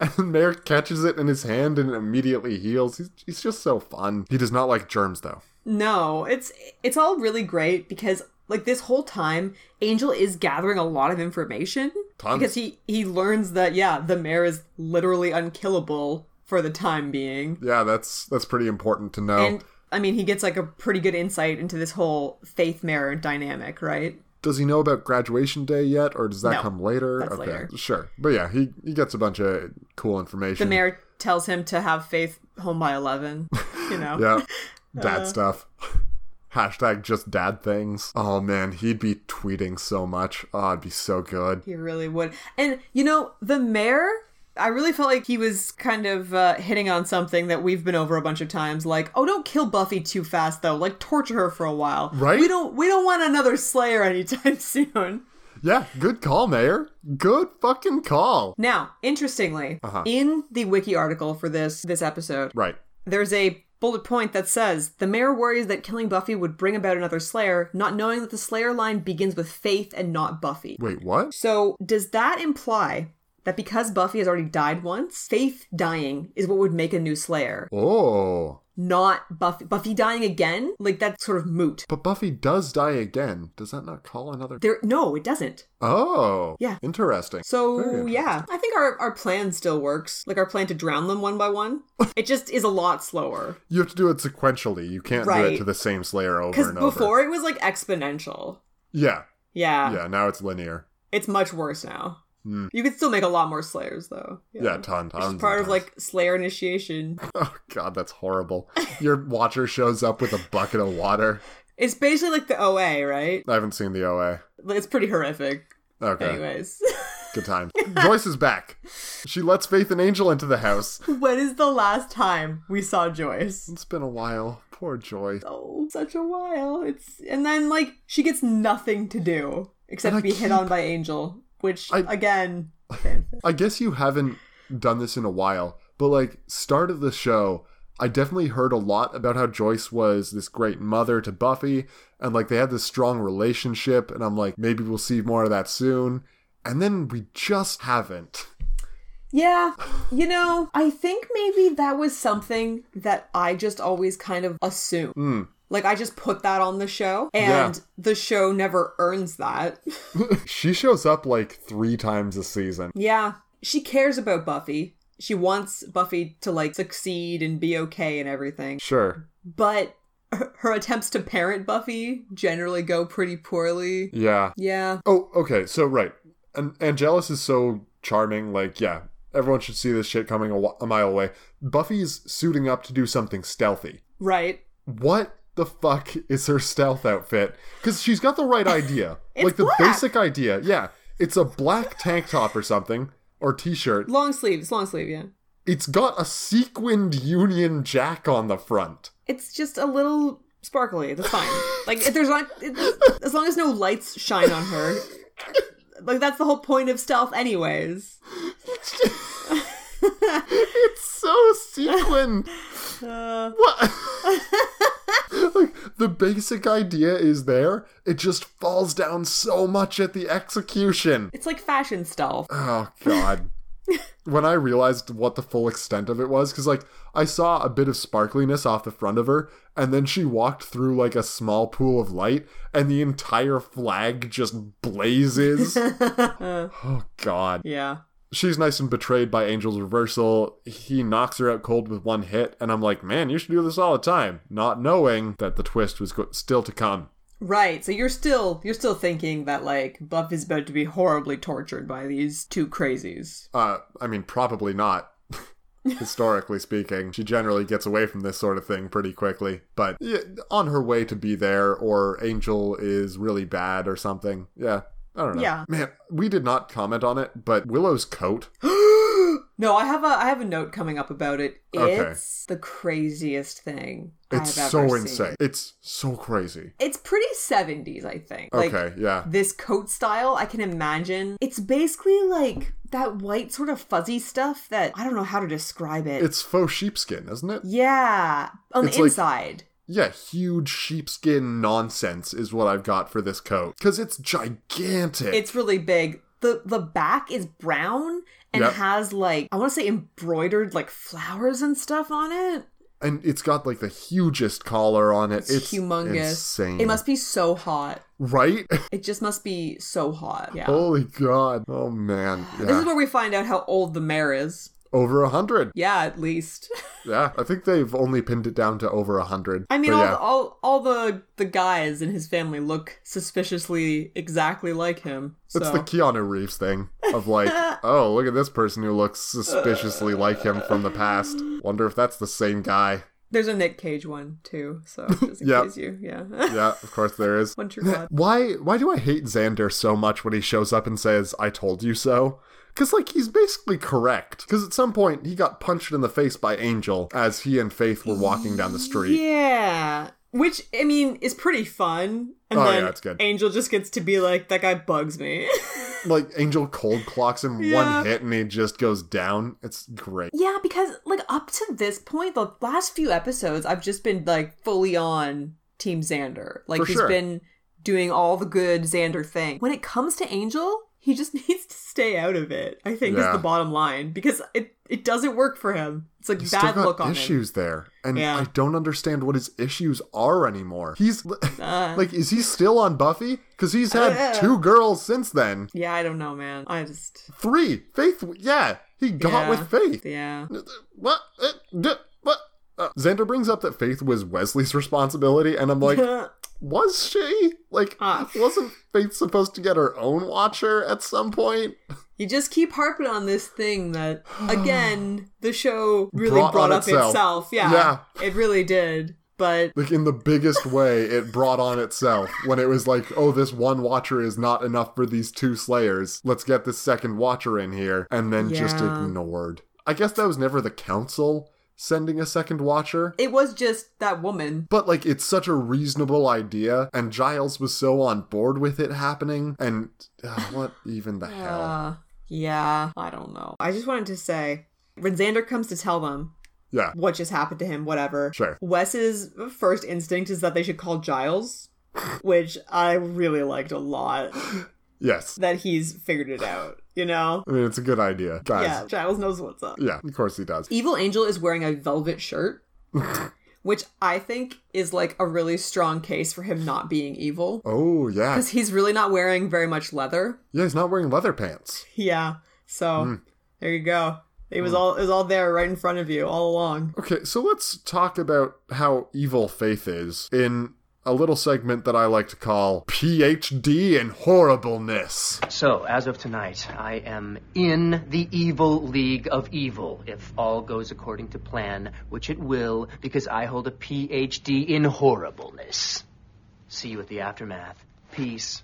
B: And Mayor catches it in his hand and immediately heals. He's, he's just so fun. He does not like germs, though.
A: No, it's it's all really great because like this whole time Angel is gathering a lot of information
B: Tons.
A: because he he learns that yeah, the mayor is literally unkillable for the time being.
B: Yeah, that's that's pretty important to know.
A: And I mean, he gets like a pretty good insight into this whole faith mayor dynamic, right?
B: does he know about graduation day yet, or does that
A: No,
B: come later?
A: that's later.
B: sure. But yeah, he, he gets a bunch of cool information.
A: The mayor tells him to have faith home by 11, you know.
B: Yeah.
A: Uh.
B: Dad stuff. Hashtag just dad things. Oh man, he'd be tweeting so much. Oh, it'd be so good.
A: He really would. And you know, the mayor, I really felt like he was kind of uh, hitting on something that we've been over a bunch of times like, "Oh, don't kill Buffy too fast though. Like torture her for a while."
B: Right?
A: We don't we don't want another slayer anytime soon.
B: Yeah, good call, Mayor. Good fucking call.
A: Now, interestingly, in the wiki article for this this episode,
B: Right.
A: there's a bullet point that says the mayor worries that killing Buffy would bring about another Slayer, not knowing that the Slayer line begins with Faith and not Buffy.
B: Wait, what?
A: So, does that imply that because Buffy has already died once, Faith dying is what would make a new Slayer,
B: Oh.
A: not Buffy? Buffy dying again, like that's sort of moot.
B: But Buffy does die again. Does that not call another?
A: There, no, it doesn't.
B: Oh.
A: Yeah.
B: Interesting.
A: So
B: Very
A: yeah, I think our our plan still works. Like our plan to drown them one by one, it just is a lot slower.
B: You have to do it sequentially. You can't do it
A: Right.
B: to the same Slayer over
A: Because
B: and over.
A: before it was like exponential.
B: Yeah.
A: Yeah,
B: Yeah, now it's linear.
A: it's much worse now. You could still make a lot more Slayers though.
B: Yeah, ton, tons.
A: It's
B: and
A: part of
B: tons.
A: like Slayer initiation.
B: oh god, that's horrible. Your watcher shows up with a bucket of water.
A: It's basically like the OA, right?
B: I haven't seen the OA.
A: It's pretty horrific.
B: Okay.
A: Anyways,
B: Good time. Joyce is back. She lets Faith and Angel into the house.
A: when is the last time we saw Joyce?
B: It's been a while. Poor Joy.
A: Oh, such a while. It's and then like she gets nothing to do except
B: And I
A: be hit
B: keep-
A: on by Angel, which
B: I-
A: again,
B: I guess you haven't done this in a while, but like start of the show, I definitely heard a lot about how Joyce was this great mother to Buffy and like they had this strong relationship and I'm like maybe we'll see more of that soon. And then we just haven't.
A: yeah, you know, I think maybe that was something that I just always kind of assume. Like I just put that on the show, and
B: Hmm. Yeah.
A: the show never earns that.
B: She shows up like 3 times a season.
A: Yeah, she cares about Buffy. She wants Buffy to like succeed and be okay and everything.
B: Sure.
A: But her, her attempts to parent Buffy generally go pretty poorly.
B: Yeah.
A: Yeah.
B: Oh, okay. So right, and Angelus is so charming. Like, yeah, everyone should see this shit coming a, wa- a mile away. Buffy's suiting up to do something stealthy.
A: Right.
B: What the fuck is her stealth outfit? Because she's got the right idea.
A: It's
B: like the
A: black.
B: basic idea. Yeah, it's a black tank top or something or t-shirt.
A: Long sleeves, long sleeve, yeah.
B: It's got a sequined Union Jack on the front.
A: It's just a little sparkly. That's fine. like if there's not it's, as long as no lights shine on her. Like that's the whole point of stealth anyways.
B: It's so sequined.
A: Uh.
B: What? like the basic idea is there. It just falls down so much at the execution.
A: It's like fashion stealth.
B: Oh god. when I realized what the full extent of it was cuz like I saw a bit of sparkliness off the front of her and then she walked through like a small pool of light and the entire flag just blazes. oh god.
A: Yeah.
B: She's nice and betrayed by Angel's reversal. He knocks her out cold with one hit, and I'm like, man, you should do this all the time, not knowing that the twist was go- still to come.
A: Right. So you're still you're still thinking that like Buff is about to be horribly tortured by these two crazies.
B: Uh, I mean, probably not. Historically speaking, she generally gets away from this sort of thing pretty quickly, but yeah, on her way to be there, or Angel is really bad or something. Yeah, I don't know.
A: Yeah.
B: Man, we did not comment on it, but Willow's coat.
A: No, I have a I have a note coming up about it.
B: Okay.
A: It's the craziest thing
B: It's
A: I've
B: so
A: ever seen.
B: insane. It's so crazy.
A: It's pretty 70s, I think. Like
B: okay, yeah.
A: this coat style, I can imagine. It's basically like that white sort of fuzzy stuff that I don't know how to describe it.
B: It's faux sheepskin, isn't it?
A: yeah, on
B: It's
A: the
B: like-
A: inside.
B: Yeah, huge sheepskin nonsense is what I've got for this coat. Because it's gigantic.
A: it's really big. the the back is brown and
B: Yep.
A: has like I want to say embroidered like flowers and stuff on it.
B: and it's got like the hugest collar on it. It's,
A: It's humongous.
B: insane.
A: It must be so hot.
B: right.
A: It just must be so hot. Yeah.
B: Holy god! Oh man,
A: This is
B: yeah.
A: where we find out how old the mare is.
B: over a hundred.
A: Yeah, at least.
B: Yeah, I think they've only pinned it down to over a hundred.
A: I mean,
B: But
A: all,
B: yeah.
A: the, all all the the guys in his family look suspiciously exactly like him. So.
B: It's the Keanu Reeves thing of like, oh, look at this person who looks suspiciously like him from the past. Wonder if that's the same guy.
A: There's a Nick Cage one too, so just in
B: Yep.
A: case you, yeah.
B: Yeah, of course there is.
A: One true God.
B: Why why do I hate Xander so much when he shows up and says, I told you so? Cause like he's basically correct. Cause at some point he got punched in the face by Angel as he and Faith were walking down the street.
A: Yeah. Which I mean is pretty fun. And
B: Oh,
A: then
B: yeah, it's good.
A: Angel just gets to be like, that guy bugs me.
B: Like Angel cold clocks him
A: Yeah.
B: one hit and he just goes down. It's great.
A: yeah, because like up to this point, the last few episodes, I've just been like fully on Team Xander. Like
B: For
A: he's
B: sure.
A: been doing all the good Xander thing. When it comes to Angel, he just needs to stay out of it. I think
B: Yeah.
A: is the bottom line because it it doesn't work for him. It's like
B: He's
A: bad
B: still got
A: look on him.
B: issues there, and
A: Yeah.
B: I don't understand what his issues are anymore. He's
A: Uh.
B: like, is he still on Buffy? Because he's
A: Oh,
B: had two girls since then,
A: Yeah, I don't know, man. I just
B: three. Faith, yeah, he got
A: Yeah.
B: with Faith.
A: yeah.
B: What? Uh, d- What? Uh, Xander brings up that Faith was Wesley's responsibility, and I'm like, was she? Like,
A: Ah.
B: wasn't Faith supposed to get her own watcher at some point?
A: You just keep harping on this thing that, again, the show really
B: Brought
A: brought,
B: on
A: up
B: itself.
A: itself. Yeah,
B: Yeah.
A: it really did. But
B: like in the biggest way it brought on itself when it was like oh this one watcher is not enough for these two slayers let's get this second watcher in here and then just
A: Yeah.
B: ignored i guess that was never the council sending a second watcher
A: it was just that woman.
B: but like it's such a reasonable idea and giles was so on board with it happening and uh, what even the hell
A: Uh, yeah, I don't know. I just wanted to say when Xander comes to tell them
B: yeah
A: what just happened to him, whatever.
B: Sure.
A: Wes's first instinct is that they should call Giles, which I really liked a lot
B: yes
A: that he's figured it out. You know,
B: i mean it's a good idea
A: yeah,
B: guys
A: Giles knows what's up.
B: yeah of course he does
A: Evil Angel is wearing a velvet shirt, which I think is like a really strong case for him not being evil.
B: oh yeah
A: Because he's really not wearing very much leather.
B: yeah he's not wearing leather pants
A: Yeah. So
B: Hmm.
A: there you go. It was all it was all there right in front of you all along.
B: Okay, so let's talk about how evil faith is in a little segment that I like to call PhD in horribleness.
G: So, as of tonight, I am in the evil league of evil, if all goes according to plan, which it will, because I hold a PhD in horribleness. See you at the aftermath. Peace.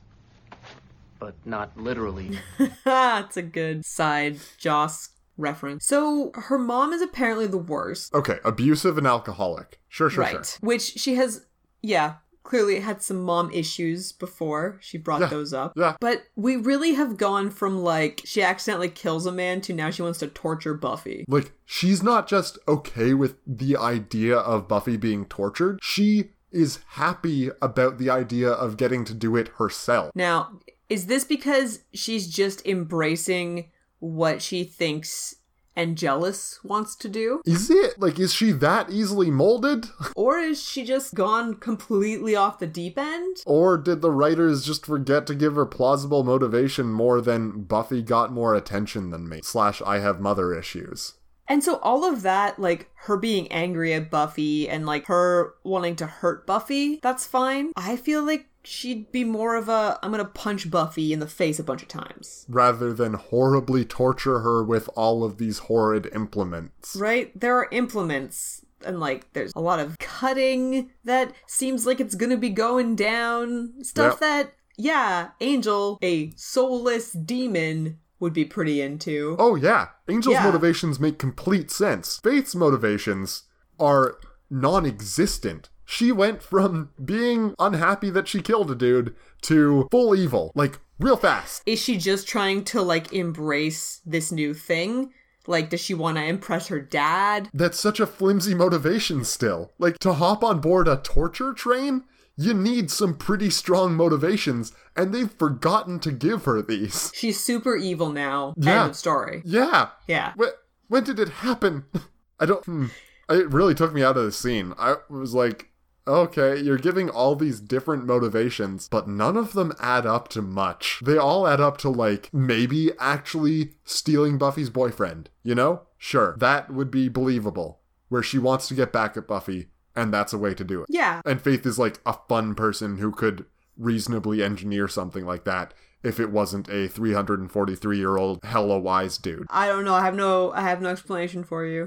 G: But not literally.
A: That's a good side Joss reference. So her mom is apparently the worst.
B: Okay, abusive and alcoholic. Sure, sure,
A: right.
B: sure.
A: Which she has yeah, clearly had some mom issues before. She brought those up.
B: Yeah.
A: But we really have gone from like she accidentally kills a man to now she wants to torture Buffy.
B: Like, she's not just okay with the idea of Buffy being tortured, she is happy about the idea of getting to do it herself.
A: Now, is this because she's just embracing what she thinks Angelus wants to do?
B: Is it? Like, is she that easily molded?
A: Or is she just gone completely off the deep end?
B: Or did the writers just forget to give her plausible motivation more than Buffy got more attention than me? Slash, I have mother issues.
A: And so all of that, like her being angry at Buffy and like her wanting to hurt Buffy, that's fine. I feel like she'd be more of a I'm gonna punch Buffy in the face a bunch of times.
B: Rather than horribly torture her with all of these horrid implements.
A: Right? There are implements and like there's a lot of cutting that seems like it's gonna be going down. Stuff
B: Yep.
A: that, yeah, Angel, a soulless demon, would be pretty into.
B: Oh, yeah. Angel's
A: Yeah.
B: motivations make complete sense. Faith's motivations are non existent. She went from being unhappy that she killed a dude to full evil, like real fast.
A: is she just trying to like embrace this new thing? Like, does she want to impress her dad?
B: That's such a flimsy motivation still. Like, to hop on board a torture train? you need some pretty strong motivations, and they've forgotten to give her these.
A: She's super evil now.
B: Yeah.
A: End of story.
B: Yeah.
A: Yeah.
B: When, when did it happen? I don't. Hmm. It really took me out of the scene. I was like, okay, you're giving all these different motivations, but none of them add up to much. They all add up to, like, maybe actually stealing Buffy's boyfriend, you know? Sure, that would be believable, where she wants to get back at Buffy, and that's a way to do it.
A: Yeah.
B: And Faith is like a fun person who could reasonably engineer something like that if it wasn't a 343 year old hella wise dude.
A: I don't know. I have no I have no explanation for you.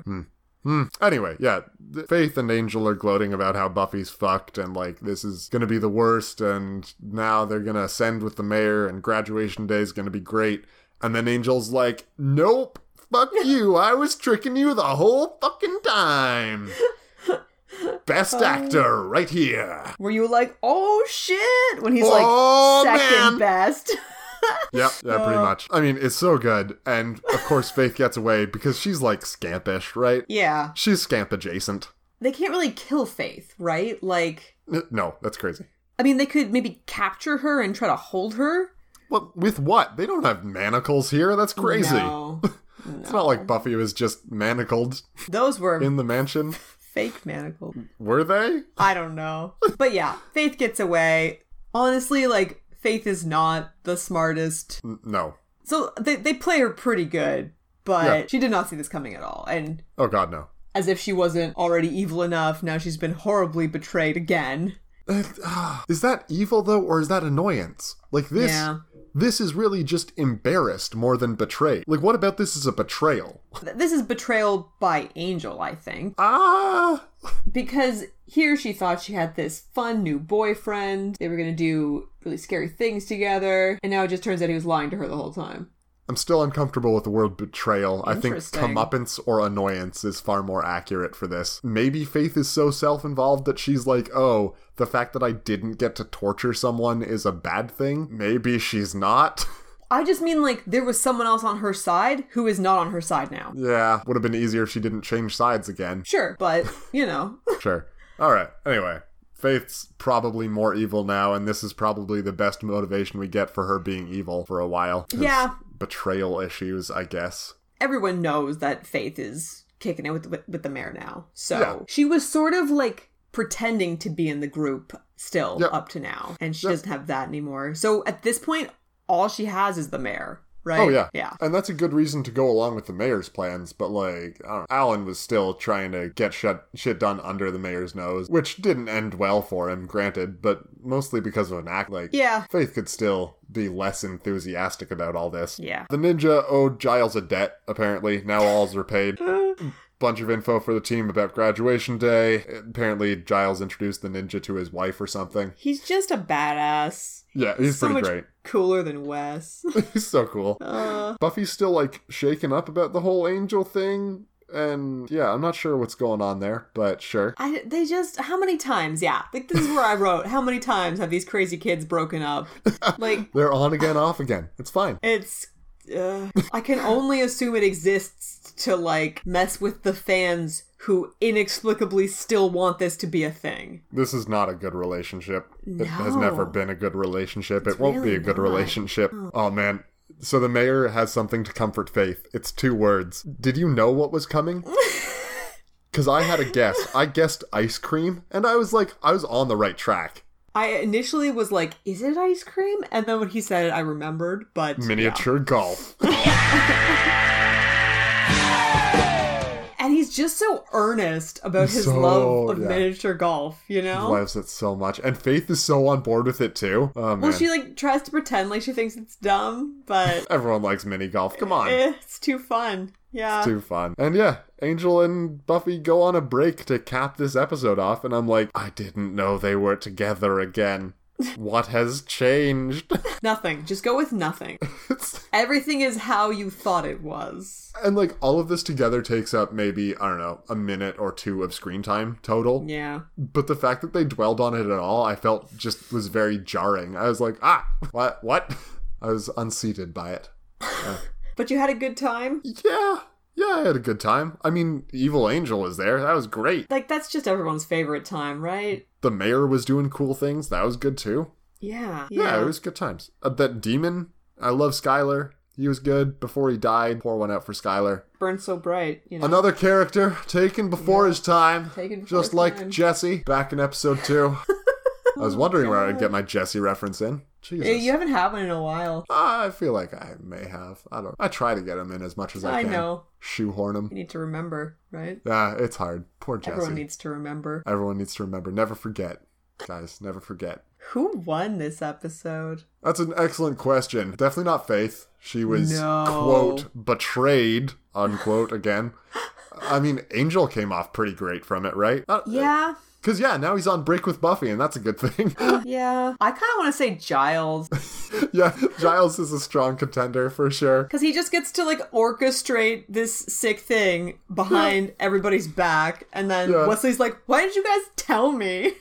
B: Hmm. Anyway, yeah, th- Faith and Angel are gloating about how Buffy's fucked and like this is going to be the worst and now they're going to ascend with the mayor and graduation day is going to be great. And then Angel's like, "Nope, fuck you. I was tricking you the whole fucking time." Best
A: Oh.
B: actor right here.
A: Were you like, "Oh shit," when he's
B: Oh,
A: like second
B: man.
A: best?
B: Yep, yeah, pretty much. I mean, it's so good. And of course, Faith gets away because she's like scampish, right?
A: yeah.
B: She's scamp adjacent.
A: They can't really kill Faith, right? Like
B: N- No, that's crazy.
A: I mean, they could maybe capture her and try to hold her.
B: What with what? They don't have manacles here. That's crazy.
A: No.
B: It's not like Buffy was just manacled
A: Those were
B: in the mansion.
A: fake manacles.
B: Were they?
A: I don't know. But yeah, Faith gets away. Honestly, like Faith is not the smartest.
B: N- No.
A: So they they play her pretty good, but
B: Yeah.
A: she did not see this coming at all. And
B: Oh god, no.
A: as if she wasn't already evil enough, now she's been horribly betrayed again.
B: ah, Is that evil though or is that annoyance? Like this
A: Yeah.
B: this is really just embarrassed more than betrayed. Like what about this is a betrayal?
A: Th- This is betrayal by Angel, I think.
B: Ah,
A: because here she thought she had this fun new boyfriend. They were going to do really scary things together. And now it just turns out he was lying to her the whole time.
B: I'm still uncomfortable with the word betrayal. I think
A: Interesting.
B: comeuppance or annoyance is far more accurate for this. Maybe Faith is so self involved that she's like, oh, the fact that I didn't get to torture someone is a bad thing. Maybe she's not.
A: I just mean like there was someone else on her side who is not on her side now.
B: yeah, would have been easier if she didn't change sides again.
A: Sure, but you know,
B: sure. All right. Anyway, Faith's probably more evil now, and this is probably the best motivation we get for her being evil for a while. is
A: Yeah.
B: Betrayal issues, I guess.
A: everyone knows that Faith is kicking it with with, with the mayor now. So
B: Yeah.
A: she was sort of like pretending to be in the group still
B: Yep.
A: up to now, and she doesn't have that anymore. So at this point, all she has is the mayor, right?
B: Oh yeah,
A: yeah.
B: And that's a good reason to go along with the mayor's plans. But like, I don't know, Alan was still trying to get shut, shit done under the mayor's nose, which didn't end well for him, granted. But mostly because of an act, like
A: Yeah.
B: Faith could still be less enthusiastic about all this.
A: Yeah.
B: The ninja owed Giles a debt. Apparently, now all's repaid. Bunch of info for the team about graduation day. Apparently, Giles introduced the ninja to his wife or something.
A: He's just a badass.
B: Yeah, he's
A: so
B: pretty
A: much
B: great.
A: cooler than Wes.
B: He's so cool.
A: Uh.
B: Buffy's still like shaken up about the whole angel thing, and yeah, I'm not sure what's going on there, but sure.
A: I, they just how many times? Yeah, like this is where I wrote. How many times have these crazy kids broken up? Like
B: They're on again, off again. It's fine.
A: it's. Uh, I can only assume it exists to like mess with the fans who inexplicably still want this to be a thing.
B: This is not a good relationship. It has never
A: No.
B: been a good relationship. it won't be
A: really
B: a good
A: not.
B: relationship. Oh man. So the mayor has something to comfort Faith. It's two words. Did you know what was coming? Cuz I had a guess. I guessed ice cream and I was like I was on the right track.
A: I initially was like, "Is it ice cream?" And then when he said it, I remembered. But
B: Miniature golf.
A: yeah. and he's just so earnest about his
B: So,
A: love of
B: yeah.
A: miniature golf. You know,
B: loves it so much, and Faith is so on board with it too. Oh man,
A: Well, she like tries to pretend like she thinks it's dumb, but
B: everyone likes mini golf. Come on,
A: eh, it's too fun. Yeah.
B: too fun. And yeah, Angel and Buffy go on a break to cap this episode off, and I'm like, I didn't know they were together again. What has changed?
A: nothing. Just go with nothing.
B: It's-
A: Everything is how you thought it was.
B: and like all of this together takes up maybe I don't know a minute or two of screen time total.
A: Yeah.
B: But the fact that they dwelled on it at all, I felt just was very jarring. I was like, ah, what, what? I was unseated by it.
A: But you had a good time?
B: Yeah, yeah, yeah, I had a good time. I mean, Evil Angel was there. That was great.
A: Like that's just everyone's favorite time, right?
B: The mayor was doing cool things. That was good too.
A: Yeah.
B: Yeah, it was good times. Uh, that demon, I love Skylar. He was good before he died. Pour one out for Skylar.
A: burned so bright, you know.
B: Another character taken before his time,
A: Taken before
B: just
A: his
B: like
A: time.
B: Jesse back in episode two. I was wondering where I'd get my Jesse reference in. Jesus,
A: Oh,
B: Ah,
A: Yeah, you haven't had one in a while.
B: I feel like I may have. I don't. I try to get him in as much as I
A: I
B: can.
A: know.
B: Shoehorn him.
A: You need to remember, right?
B: Yeah, it's hard. Poor Jesse.
A: Everyone needs to remember.
B: Everyone needs to remember. Never forget, guys. Never forget.
A: Who won this episode?
B: That's an excellent question. Definitely not Faith. She was
A: No.
B: quote betrayed unquote again. I mean, Angel came off pretty great from it, right? Uh,
A: Yeah.
B: Cause yeah, now he's on break with Buffy, and that's a good thing.
A: Yeah. I kind of want to say Giles
B: yeah, Giles is a strong contender for sure.
A: cuz he just gets to like orchestrate this sick thing behind everybody's back and then
B: Yeah.
A: Wesley's like, "Why did you guys tell me?"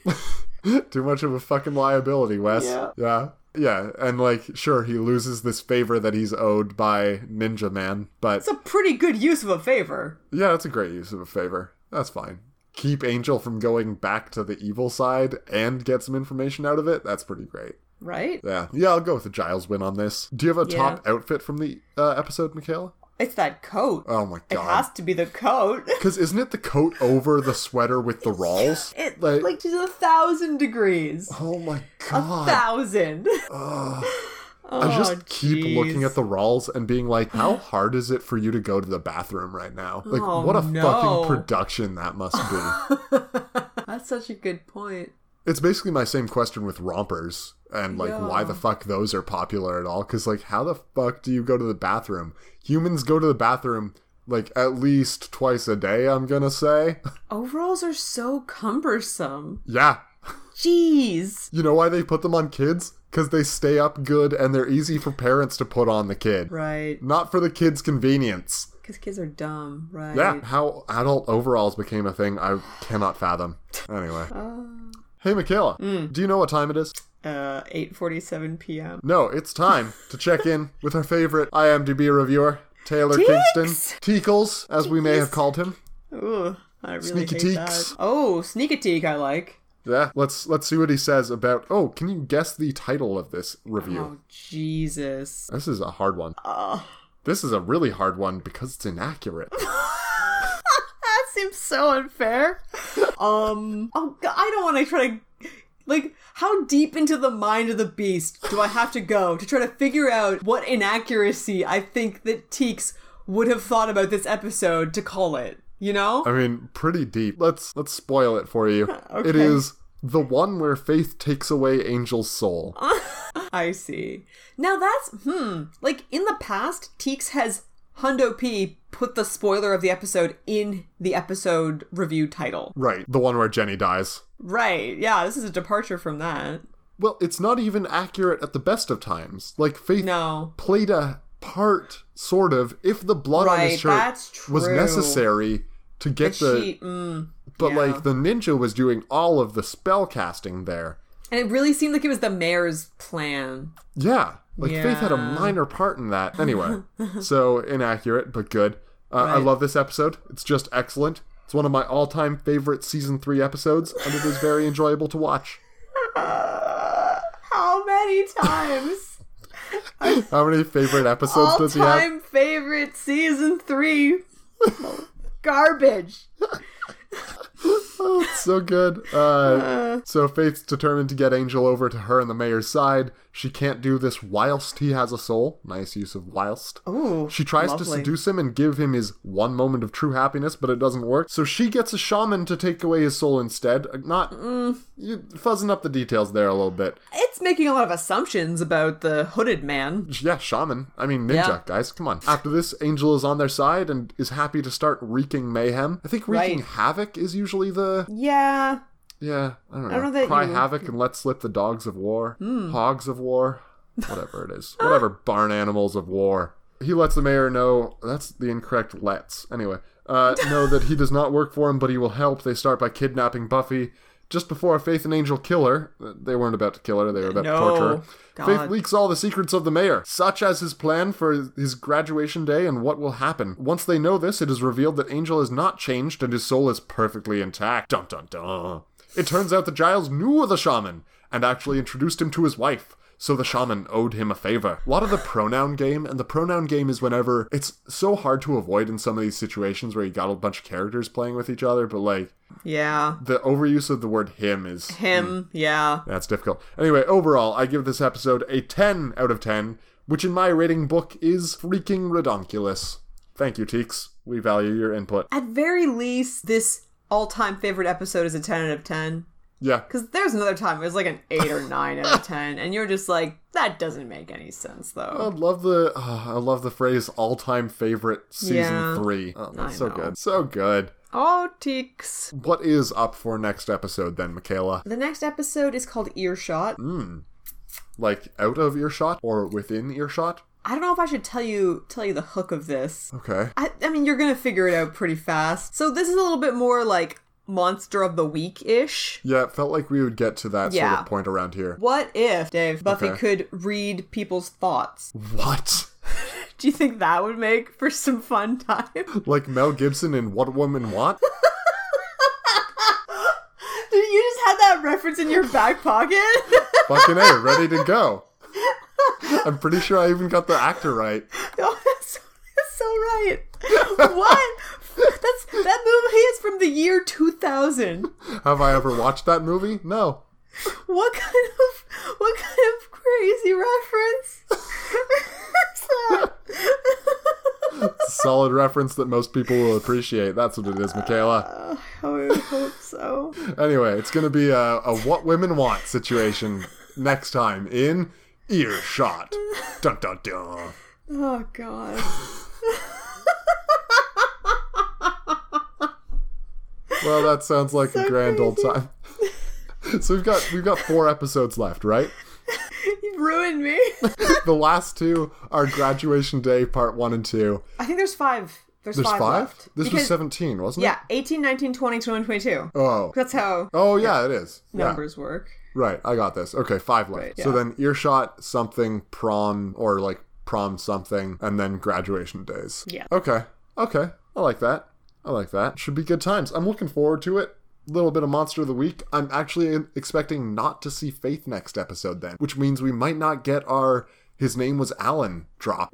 B: Too much of a fucking liability, Wes.
A: Yeah.
B: yeah. Yeah, and like, sure, he loses this favor that he's owed by Ninja Man, but
A: it's a pretty good use of a favor.
B: yeah, that's a great use of a favor. That's fine. Keep Angel from going back to the evil side and get some information out of it. That's pretty great.
A: Right?
B: Yeah, yeah, I'll go with the Giles win on this. Do you have a
A: Yeah.
B: top outfit from the uh, episode, Michaela?
A: It's that coat.
B: Oh my
A: it
B: god!
A: has to be the coat.
B: Because isn't it the coat over the sweater with the rolls?
A: It like, to a thousand degrees.
B: oh my
A: A
B: god!
A: thousand.
B: I just
A: Oh,
B: keep
A: jeez.
B: looking at the rolls and being like, how hard is it for you to go to the bathroom right now? Like,
A: Oh,
B: what a
A: no.
B: fucking production that must be.
A: That's such a good point.
B: it's basically my same question with rompers and like why
A: Yeah.
B: the fuck those are popular at all? Because like, how the fuck do you go to the bathroom? Humans go to the bathroom like at least twice a day. I'm gonna say,
A: Overalls are so cumbersome.
B: yeah.
A: Jeez.
B: You know why they put them on kids? Because they stay up good and they're easy for parents to put on the kid.
A: Right.
B: Not for the kid's convenience.
A: Because kids are dumb, right?
B: Yeah, how adult overalls became a thing, I cannot fathom. Anyway. Hey, Michaela,
A: Mm.
B: do you know what time it is?
A: Uh, 8.47 p.m.
B: No, it's time to check in with our favorite IMDb reviewer, Taylor Kingston. Teakles, as we may have called him.
A: Ooh, I really
B: Sneaky
A: hate
B: teaks.
A: that. Oh, sneak a teak I like.
B: Yeah, let's let's see what he says about. Oh, can you guess the title of this review?
A: Oh, Jesus.
B: This is a hard one. This is a really hard one because it's inaccurate.
A: That seems so unfair. um, oh, God, I don't want to try to... Like, how deep into the mind of the beast do I have to go to try to figure out what inaccuracy I think that Teeks would have thought about this episode to call it? You know?
B: I mean, pretty deep. Let's let's spoil it for you. It
A: Okay.
B: is the one where Faith takes away Angel's soul.
A: Uh. I see. Now that's hmm. Like in the past, Teeks has Hundo P put the spoiler of the episode in the episode review title.
B: Right, the one where Jenny dies.
A: Right. Yeah, this is a departure from that.
B: Well, it's not even accurate at the best of times. Like Faith
A: No.
B: played a part, sort of, if the blood on
A: Right,
B: his shirt
A: that's
B: was
A: true.
B: necessary to get the.
A: she mm.
B: but
A: yeah.
B: like the ninja was doing all of the spell casting there.
A: and it really seemed like it was the mayor's plan.
B: Yeah. Like Faith had a
A: Yeah.
B: minor part in that. Anyway, so inaccurate, but good. Uh, I
A: Right.
B: love this episode. It's just excellent. It's one of my all time favorite season three episodes, and it is very enjoyable to watch.
A: How many times?
B: How many favorite episodes
A: All
B: does he have?
A: time favorite season three. Garbage.
B: Oh, it's so good. Uh, so Faith's determined to get Angel over to her and the mayor's side. She can't do this whilst he has a soul. Nice use of whilst.
A: Ooh,
B: She tries to
A: lovely.
B: seduce him and give him his one moment of true happiness, but it doesn't work. So she gets a shaman to take away his soul instead. Uh, Not
A: Mm.
B: you fuzzing up the details there a little bit.
A: It's making a lot of assumptions about the hooded man.
B: Yeah, shaman. I mean, ninja,
A: Yeah.
B: guys, come on. After this, Angel is on their side and is happy to start wreaking mayhem. I think wreaking
A: Right.
B: havoc is usually the
A: Yeah,
B: Yeah, I don't know.
A: don't know that
B: Cry
A: you- Hmm.
B: havoc and let slip the dogs of war, hogs of war, whatever it is, whatever barn animals of war. He lets the mayor know that's the incorrect "lets." Anyway, uh, know that he does not work for him, but he will help. They start by kidnapping Buffy. Just before Faith and Angel kill her, they weren't about to kill her, they were about
A: No.
B: to torture her. Faith
A: God.
B: leaks all the secrets of the mayor, such as his plan for his graduation day and what will happen. Once they know this, it is revealed that Angel has not changed and his soul is perfectly intact. Dun dun dun. It turns out that Giles knew of the shaman and actually introduced him to his wife. So the shaman owed him a favor. A lot of the pronoun game, and the pronoun game is whenever it's so hard to avoid in some of these situations where you got a bunch of characters playing with each other, but like
A: Yeah.
B: the overuse of the word him is
A: Him. Yeah.
B: that's difficult. Anyway, overall, I give this episode a 10 out of 10, which in my rating book is freaking redonkulous. Thank you, Teeks. We value your input.
A: At very least, this all-time favorite episode is a ten out of ten.
B: Yeah.
A: Because there's another time it was like an eight or nine out of ten, and you're just like, that doesn't make any sense
B: I
A: though.
B: love the ah, I love the phrase all time favorite season
A: Yeah.
B: three. Oh, that's
A: I
B: so
A: know.
B: good. So good.
A: Oh, teeks.
B: What is up for next episode then, Michaela?
A: The next episode is called Earshot.
B: Like out of earshot or within earshot?
A: I don't know if I should tell you tell you the hook of this.
B: Okay.
A: I, I mean, you're gonna figure it out pretty fast. So this is a little bit more like monster of the week ish.
B: Yeah, it felt like we would get to that sort
A: Yeah.
B: of point around here.
A: What if Dave Buffy
B: Okay.
A: could read people's thoughts?
B: What?
A: Do you think that would make for some fun time?
B: Like Mel Gibson in What Women Want?
A: Dude, you just had that reference in your back pocket.
B: Fucking A, ready to go. I'm pretty sure I even got the actor right.
A: oh, that's, that's so right. what? That's that movie is from the year 2000.
B: Have I ever watched that movie? No.
A: What kind of what kind of crazy reference? is that?
B: Solid reference that most people will appreciate. That's what it is, Michaela.
A: I would hope so.
B: Anyway, it's going to be a, a what women want situation next time in Earshot. Dun dun dun.
A: Oh god.
B: Well, that sounds like a
A: So
B: grand old
A: crazy.
B: time. So we've got we've got four episodes left, right?
A: You ruined me.
B: The last two are graduation day part one and two.
A: I think there's five. There's,
B: There's
A: five,
B: five.
A: left.
B: This was
A: Because-
B: seventeen, wasn't
A: Yeah, 18, 19, 20, 21, 22.
B: it? Oh,
A: That's how
B: Oh yeah, it is. Yeah.
A: numbers work.
B: Right, I got this. Okay, five left.
A: Right,
B: So
A: yeah.
B: then earshot something prom or like prom something and then graduation days.
A: Yeah.
B: Okay. Okay. I like that. I like that. Should be good times. I'm looking forward to it. Little bit of monster of the week. I'm actually expecting not to see Faith next episode then, which means we might not get our his name was Alan drop.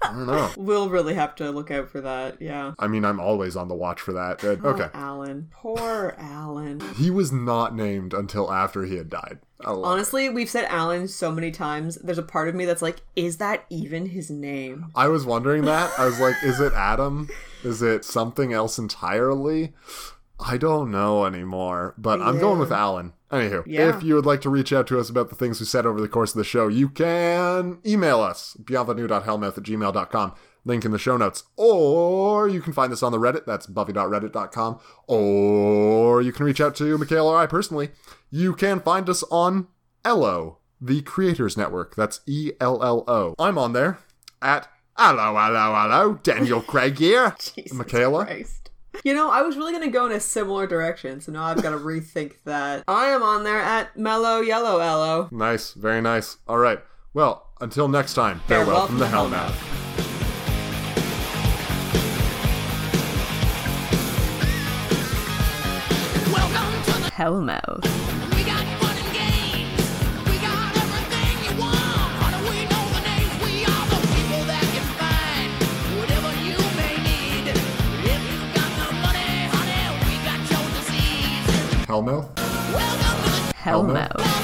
B: I don't know.
A: We'll really have to look out for that. Yeah.
B: I mean, I'm always on the watch for that. Good.
A: Oh,
B: Okay.
A: Alan. Poor Alan.
B: He was not named until after he had died. I love it.
A: Honestly, we've said Alan so many times. There's a part of me that's like, is that even his name?
B: I was wondering that. I was like, is it Adam? Is it something else entirely? I don't know anymore, but I'm going with Alan. Anywho,
A: Yeah.
B: if you would like to reach out to us about the things we said over the course of the show, you can email us, bienvenue.hellmouth at gmail.com, link in the show notes. Or you can find this on the Reddit, that's buffy.reddit.com, or you can reach out to Michael or I personally. You can find us on Ello, the Creators Network, that's E L L O. I'm on there at hello, hello, hello, Daniel Craig here.
A: Jesus
B: Michaela?
A: Christ. You know, I was really going to go in a similar direction, so now I've got to rethink that. I am on there at Mellow Yellow Ello.
B: Nice, very nice. All right. Well, until next time, farewell, from the Hellmouth.
C: Welcome to the
A: Hellmouth.
C: We got fun and games. We got everything you want. How do we know the names? We are the people that can find whatever you may need. If you got the money, honey, we got your disease.
B: Hellmouth?
C: Welcome to the
B: Hellmouth?
C: show.